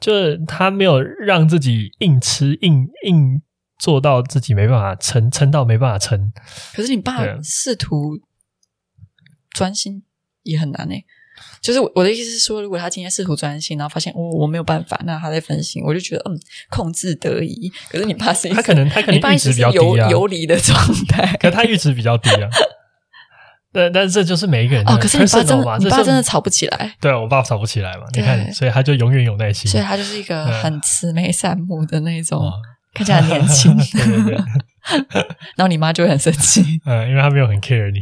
Speaker 2: 就是他没有让自己硬吃硬硬做到自己没办法撑撑到没办法撑。
Speaker 3: 可是你爸
Speaker 2: 对啊
Speaker 3: 试图专心也很难诶、就是我我的意思是说，如果他今天试图专心，然后发现哦我没有办法，那他在分心，我就觉得嗯控制得宜。可是你爸是一直
Speaker 2: 他可能他可能
Speaker 3: 你爸
Speaker 2: 阈
Speaker 3: 一
Speaker 2: 值
Speaker 3: 直
Speaker 2: 比
Speaker 3: 是
Speaker 2: 较
Speaker 3: 游
Speaker 2: 低啊，
Speaker 3: 游离的状态。
Speaker 2: 可他阈值比较低啊。但但这就是每一个人的
Speaker 3: 哦，可是你爸
Speaker 2: personal
Speaker 3: 真
Speaker 2: 嘛
Speaker 3: 的，你
Speaker 2: 这
Speaker 3: 爸
Speaker 2: 是
Speaker 3: 真的吵不起来，
Speaker 2: 对我爸吵不起来嘛，你看，
Speaker 3: 对
Speaker 2: 所以他就永远有耐心。
Speaker 3: 所以他就是一个
Speaker 2: 嗯
Speaker 3: 很慈眉善目的那种，
Speaker 2: 哦。
Speaker 3: 看起来很年轻
Speaker 2: 对对对，
Speaker 3: 然后你妈就会很生气。
Speaker 2: 嗯，因为他没有很 care 你。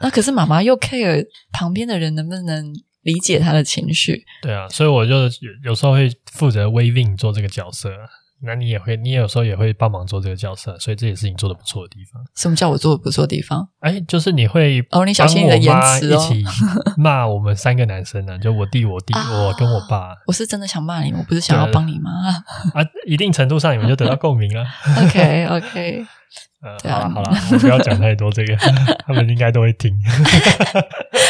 Speaker 3: 那可是妈妈又 care 旁边的人能不能理解她的情绪，
Speaker 2: 对啊，所以我就有有时候会负责 waving 做这个角色啊，那你也会，你也有时候也会帮忙做这个角色，所以这也是你做的不错的地方。
Speaker 3: 什么叫我做的不错的地方？
Speaker 2: 哎，就是你会
Speaker 3: 哦你小心你的言辞哦
Speaker 2: 帮我妈一起骂我们三个男生呢、就我弟、我弟、
Speaker 3: 啊
Speaker 2: 我跟我爸
Speaker 3: 我是真的想骂你们，我不是想要帮你妈。
Speaker 2: 啊，一定程度上你们就得到共鸣啊了。
Speaker 3: OK OK，
Speaker 2: 呃，
Speaker 3: 对
Speaker 2: 好
Speaker 3: 啊
Speaker 2: 了好了， 我不要讲太多 这个，他们应该都会听。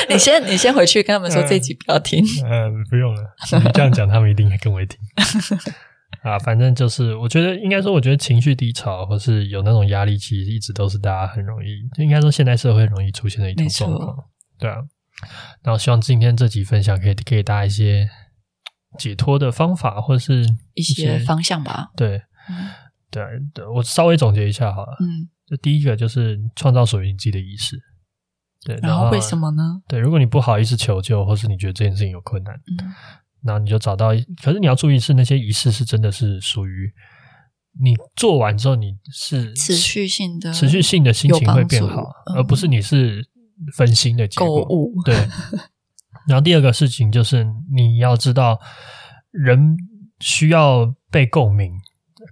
Speaker 3: 你先你先回去跟他们说
Speaker 2: 嗯
Speaker 3: 这一集不要听。
Speaker 2: 嗯，不用了，你这样讲他们一定更会听。 啊，反正就是，我觉得应该说，我觉得情绪低潮或是有那种压力，其实一直都是大家很容易，应该说现代社会容易出现的一种
Speaker 3: 没错
Speaker 2: 状况。对啊，然后希望今天这集分享可以给大家一些解脱的方法，或是
Speaker 3: 一些方向吧。
Speaker 2: 对
Speaker 3: 嗯
Speaker 2: 对啊对，我稍微总结一下好了。
Speaker 3: 嗯，
Speaker 2: 就第一个就是创造属于你自己的仪式。对，
Speaker 3: 然后为什
Speaker 2: 么？
Speaker 3: 么呢？
Speaker 2: 对，如果你不好意思求救，或是你觉得这件事情有困难，
Speaker 3: 嗯，
Speaker 2: 然后你就找到，可是你要注意是那些仪式是真的是属于你做完之后你是
Speaker 3: 持续性的
Speaker 2: 持续性的心情会变
Speaker 3: 有帮
Speaker 2: 好
Speaker 3: 助，嗯
Speaker 2: 而不是你是分心的结
Speaker 3: 购
Speaker 2: 果。
Speaker 3: 物，
Speaker 2: 对。然后第二个事情就是你要知道，人需要被共鸣，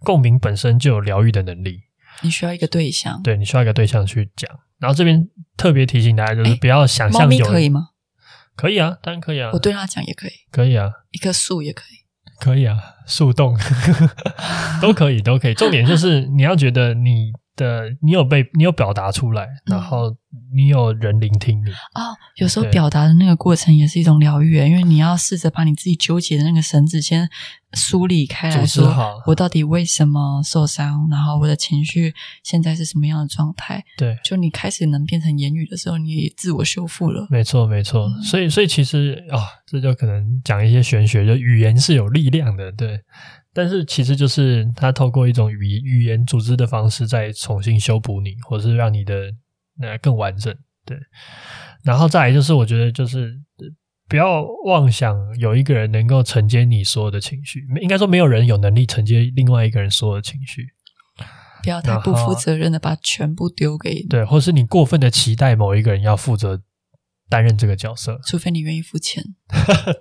Speaker 2: 共鸣本身就有疗愈的能力。
Speaker 3: 你需要一个对象。
Speaker 2: 对你需要一个对象去讲。然后这边特别提醒大家，就是
Speaker 3: 哎
Speaker 2: 不要想
Speaker 3: 猫
Speaker 2: 象
Speaker 3: 咪
Speaker 2: 有
Speaker 3: 可以吗？
Speaker 2: 可以啊，当然可以啊，
Speaker 3: 我对它讲也可以，
Speaker 2: 可以啊，
Speaker 3: 一棵树也可以。
Speaker 2: 可以啊，树洞 都可以，都可以。重点就是你要觉得你的你有被你有表达出来，然后你有人聆听你。
Speaker 3: 哦，有时候
Speaker 2: 对
Speaker 3: 表达的那个过程也是一种疗愈，因为你要试着把你自己纠结的那个绳子先梳理开来
Speaker 2: 组织
Speaker 3: 说，
Speaker 2: 好
Speaker 3: 我到底为什么受伤，然后我的情绪现在是什么样的状态。
Speaker 2: 对，
Speaker 3: 就你开始能变成言语的时候，你也自我修复了。
Speaker 2: 没错，没错。所以，所以其实啊、这就可能讲一些玄学，就语言是有力量的，对。但是其实就是它透过一种语语言组织的方式，再重新修补你，或是让你的呃更完整，对。然后再来就是，我觉得就是呃不要妄想有一个人能够承接你所有的情绪，应该说没有人有能力承接另外一个人所有的情绪，
Speaker 3: 不要太不负责任的把全部丢给，
Speaker 2: 对。或是你过分的期待某一个人要负责担任这个角色，
Speaker 3: 除非你愿意付钱。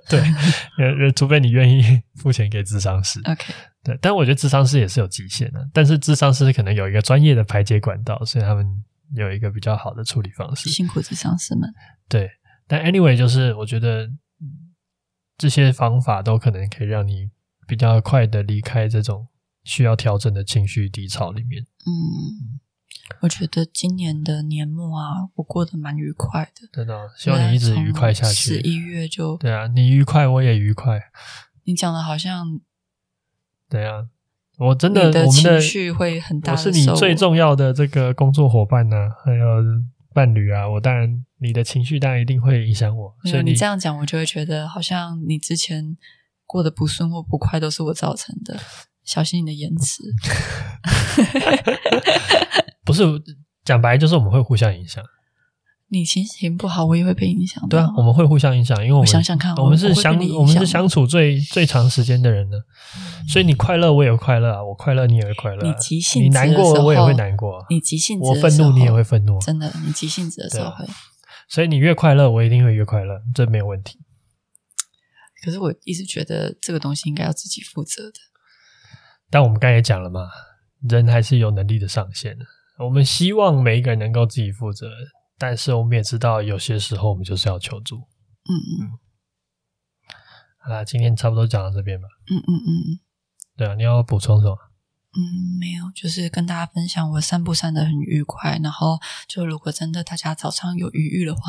Speaker 2: 对，呃，呃除非你愿意 付钱给智商师。
Speaker 3: OK，
Speaker 2: 对，但我觉得智商师也是有极限的，但是智商师可能有一个专业的排解管道，所以他们有一个比较好的处理方式。
Speaker 3: 辛苦智商师们。
Speaker 2: 对，但 anyway，就是我觉得嗯这些方法都可能可以让你比较快的离开这种需要调整的情绪低潮里面。
Speaker 3: 嗯，我觉得今年的年末啊，我过得蛮愉快的。
Speaker 2: 真的哦，希望你一直愉快下
Speaker 3: 十一
Speaker 2: 去。
Speaker 3: 月就，
Speaker 2: 对啊，你愉快，我也愉快。
Speaker 3: 你讲的好像
Speaker 2: 对啊，我真
Speaker 3: 你
Speaker 2: 的，我们的
Speaker 3: 情绪会很大
Speaker 2: 我
Speaker 3: 的
Speaker 2: 是你
Speaker 3: 受
Speaker 2: 最重要的这个工作伙伴呢、还有伴侣啊。我当然，你的情绪当然一定会影响我，
Speaker 3: 没
Speaker 2: 所
Speaker 3: 有
Speaker 2: 以
Speaker 3: 啊你这样讲，我就会觉得好像你之前过得不顺或不快都是我造成的。小心你的言辞，
Speaker 2: 不是讲白，就是我们会互相影
Speaker 3: 哦
Speaker 2: 响。
Speaker 3: 你心情不好，我也会被影响的。
Speaker 2: 对啊，我们会互相影响，因为我们
Speaker 3: 我想想看
Speaker 2: 我们是
Speaker 3: 我会被
Speaker 2: 相
Speaker 3: 你影响
Speaker 2: 我们是相处最最长时间的人呢，所以你快乐我也快乐啊，我快乐你也会快乐啊、
Speaker 3: 你急性
Speaker 2: 你
Speaker 3: 子的
Speaker 2: 难
Speaker 3: 时
Speaker 2: 过
Speaker 3: 候，
Speaker 2: 我也会难过啊、
Speaker 3: 你急性子
Speaker 2: 我
Speaker 3: 的
Speaker 2: 愤
Speaker 3: 时
Speaker 2: 怒你也
Speaker 3: 候
Speaker 2: 会愤怒啊，
Speaker 3: 真的，你急性子的时
Speaker 2: 对
Speaker 3: 候
Speaker 2: 啊
Speaker 3: 会。
Speaker 2: 所以你越快乐，我一定会越快乐，这没有问题。
Speaker 3: 可是我一直觉得这个东西应该要自己负责的。
Speaker 2: 但我们刚才也讲了嘛，人还是有能力的上限的。我们希望每一个人能够自己负责，但是我们也知道，有些时候我们就是要求助。
Speaker 3: 嗯嗯
Speaker 2: 啊，今天差不多讲到这边吧。
Speaker 3: 嗯嗯嗯
Speaker 2: 对啊，你要补充什么？
Speaker 3: 嗯，没有，就是跟大家分享我散步散的很愉快。然后就如果真的大家早上有余裕的话，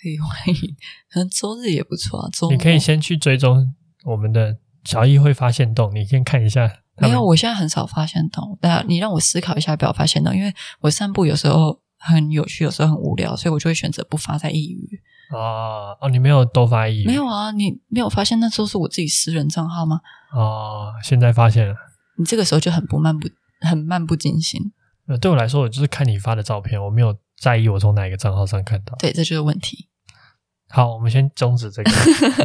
Speaker 3: 可以 欢迎，可能周日也不错啊。周末
Speaker 2: 你可以先去追踪我们的小易会发现洞，你先看一下他
Speaker 3: 没
Speaker 2: 们。
Speaker 3: 有，我现在很少发现动。那你让我思考一下，不要发现动，因为我散步有时候很有趣，有时候很无聊，所以我就会选择不发在一隅。
Speaker 2: 啊哦，你没有多发一，
Speaker 3: 没有啊，你没有发现那时候是我自己私人账号吗？
Speaker 2: 哦，现在发现了。
Speaker 3: 你这个时候就很不漫不很漫不经心，
Speaker 2: 呃对我来说，我就是看你发的照片，我没有在意我从哪一个账号上看到。
Speaker 3: 对，这就是问题。
Speaker 2: 好，我们先终止这个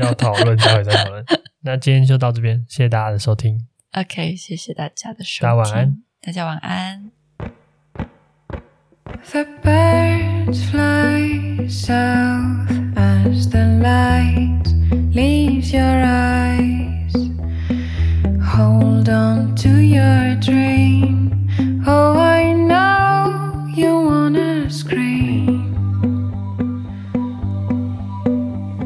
Speaker 2: 要讨论，待会再讨论。那今天就到这边，谢谢大家的收听。
Speaker 3: OK，谢谢大家的收听，
Speaker 2: 大家晚安，
Speaker 3: 大家晚安。
Speaker 4: The birds fly south as the light leaves your eyes. Hold on to your dream. Oh, I know you wanna scream.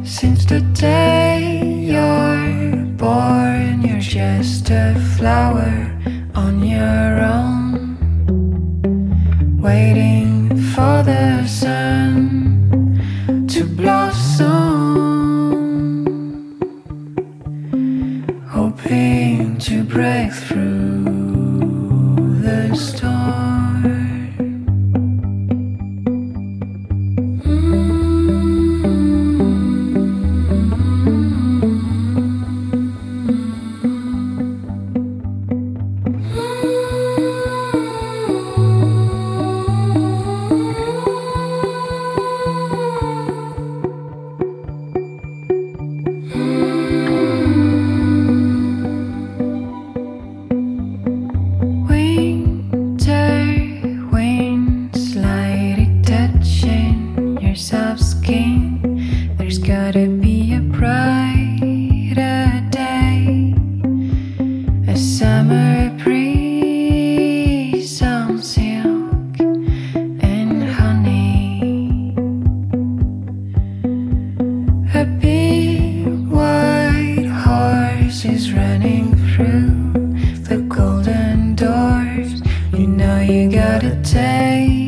Speaker 4: Since the day you're born, you're just a flower on your own waiting for the sun to blossom, hoping to break through the storm. Mm. Winter winds lightly touching your soft skin. There's gotta be a brighter day, a summer breeze on silk and honey. A big white horse is running through the golden doors. You know you gotta take. Mm.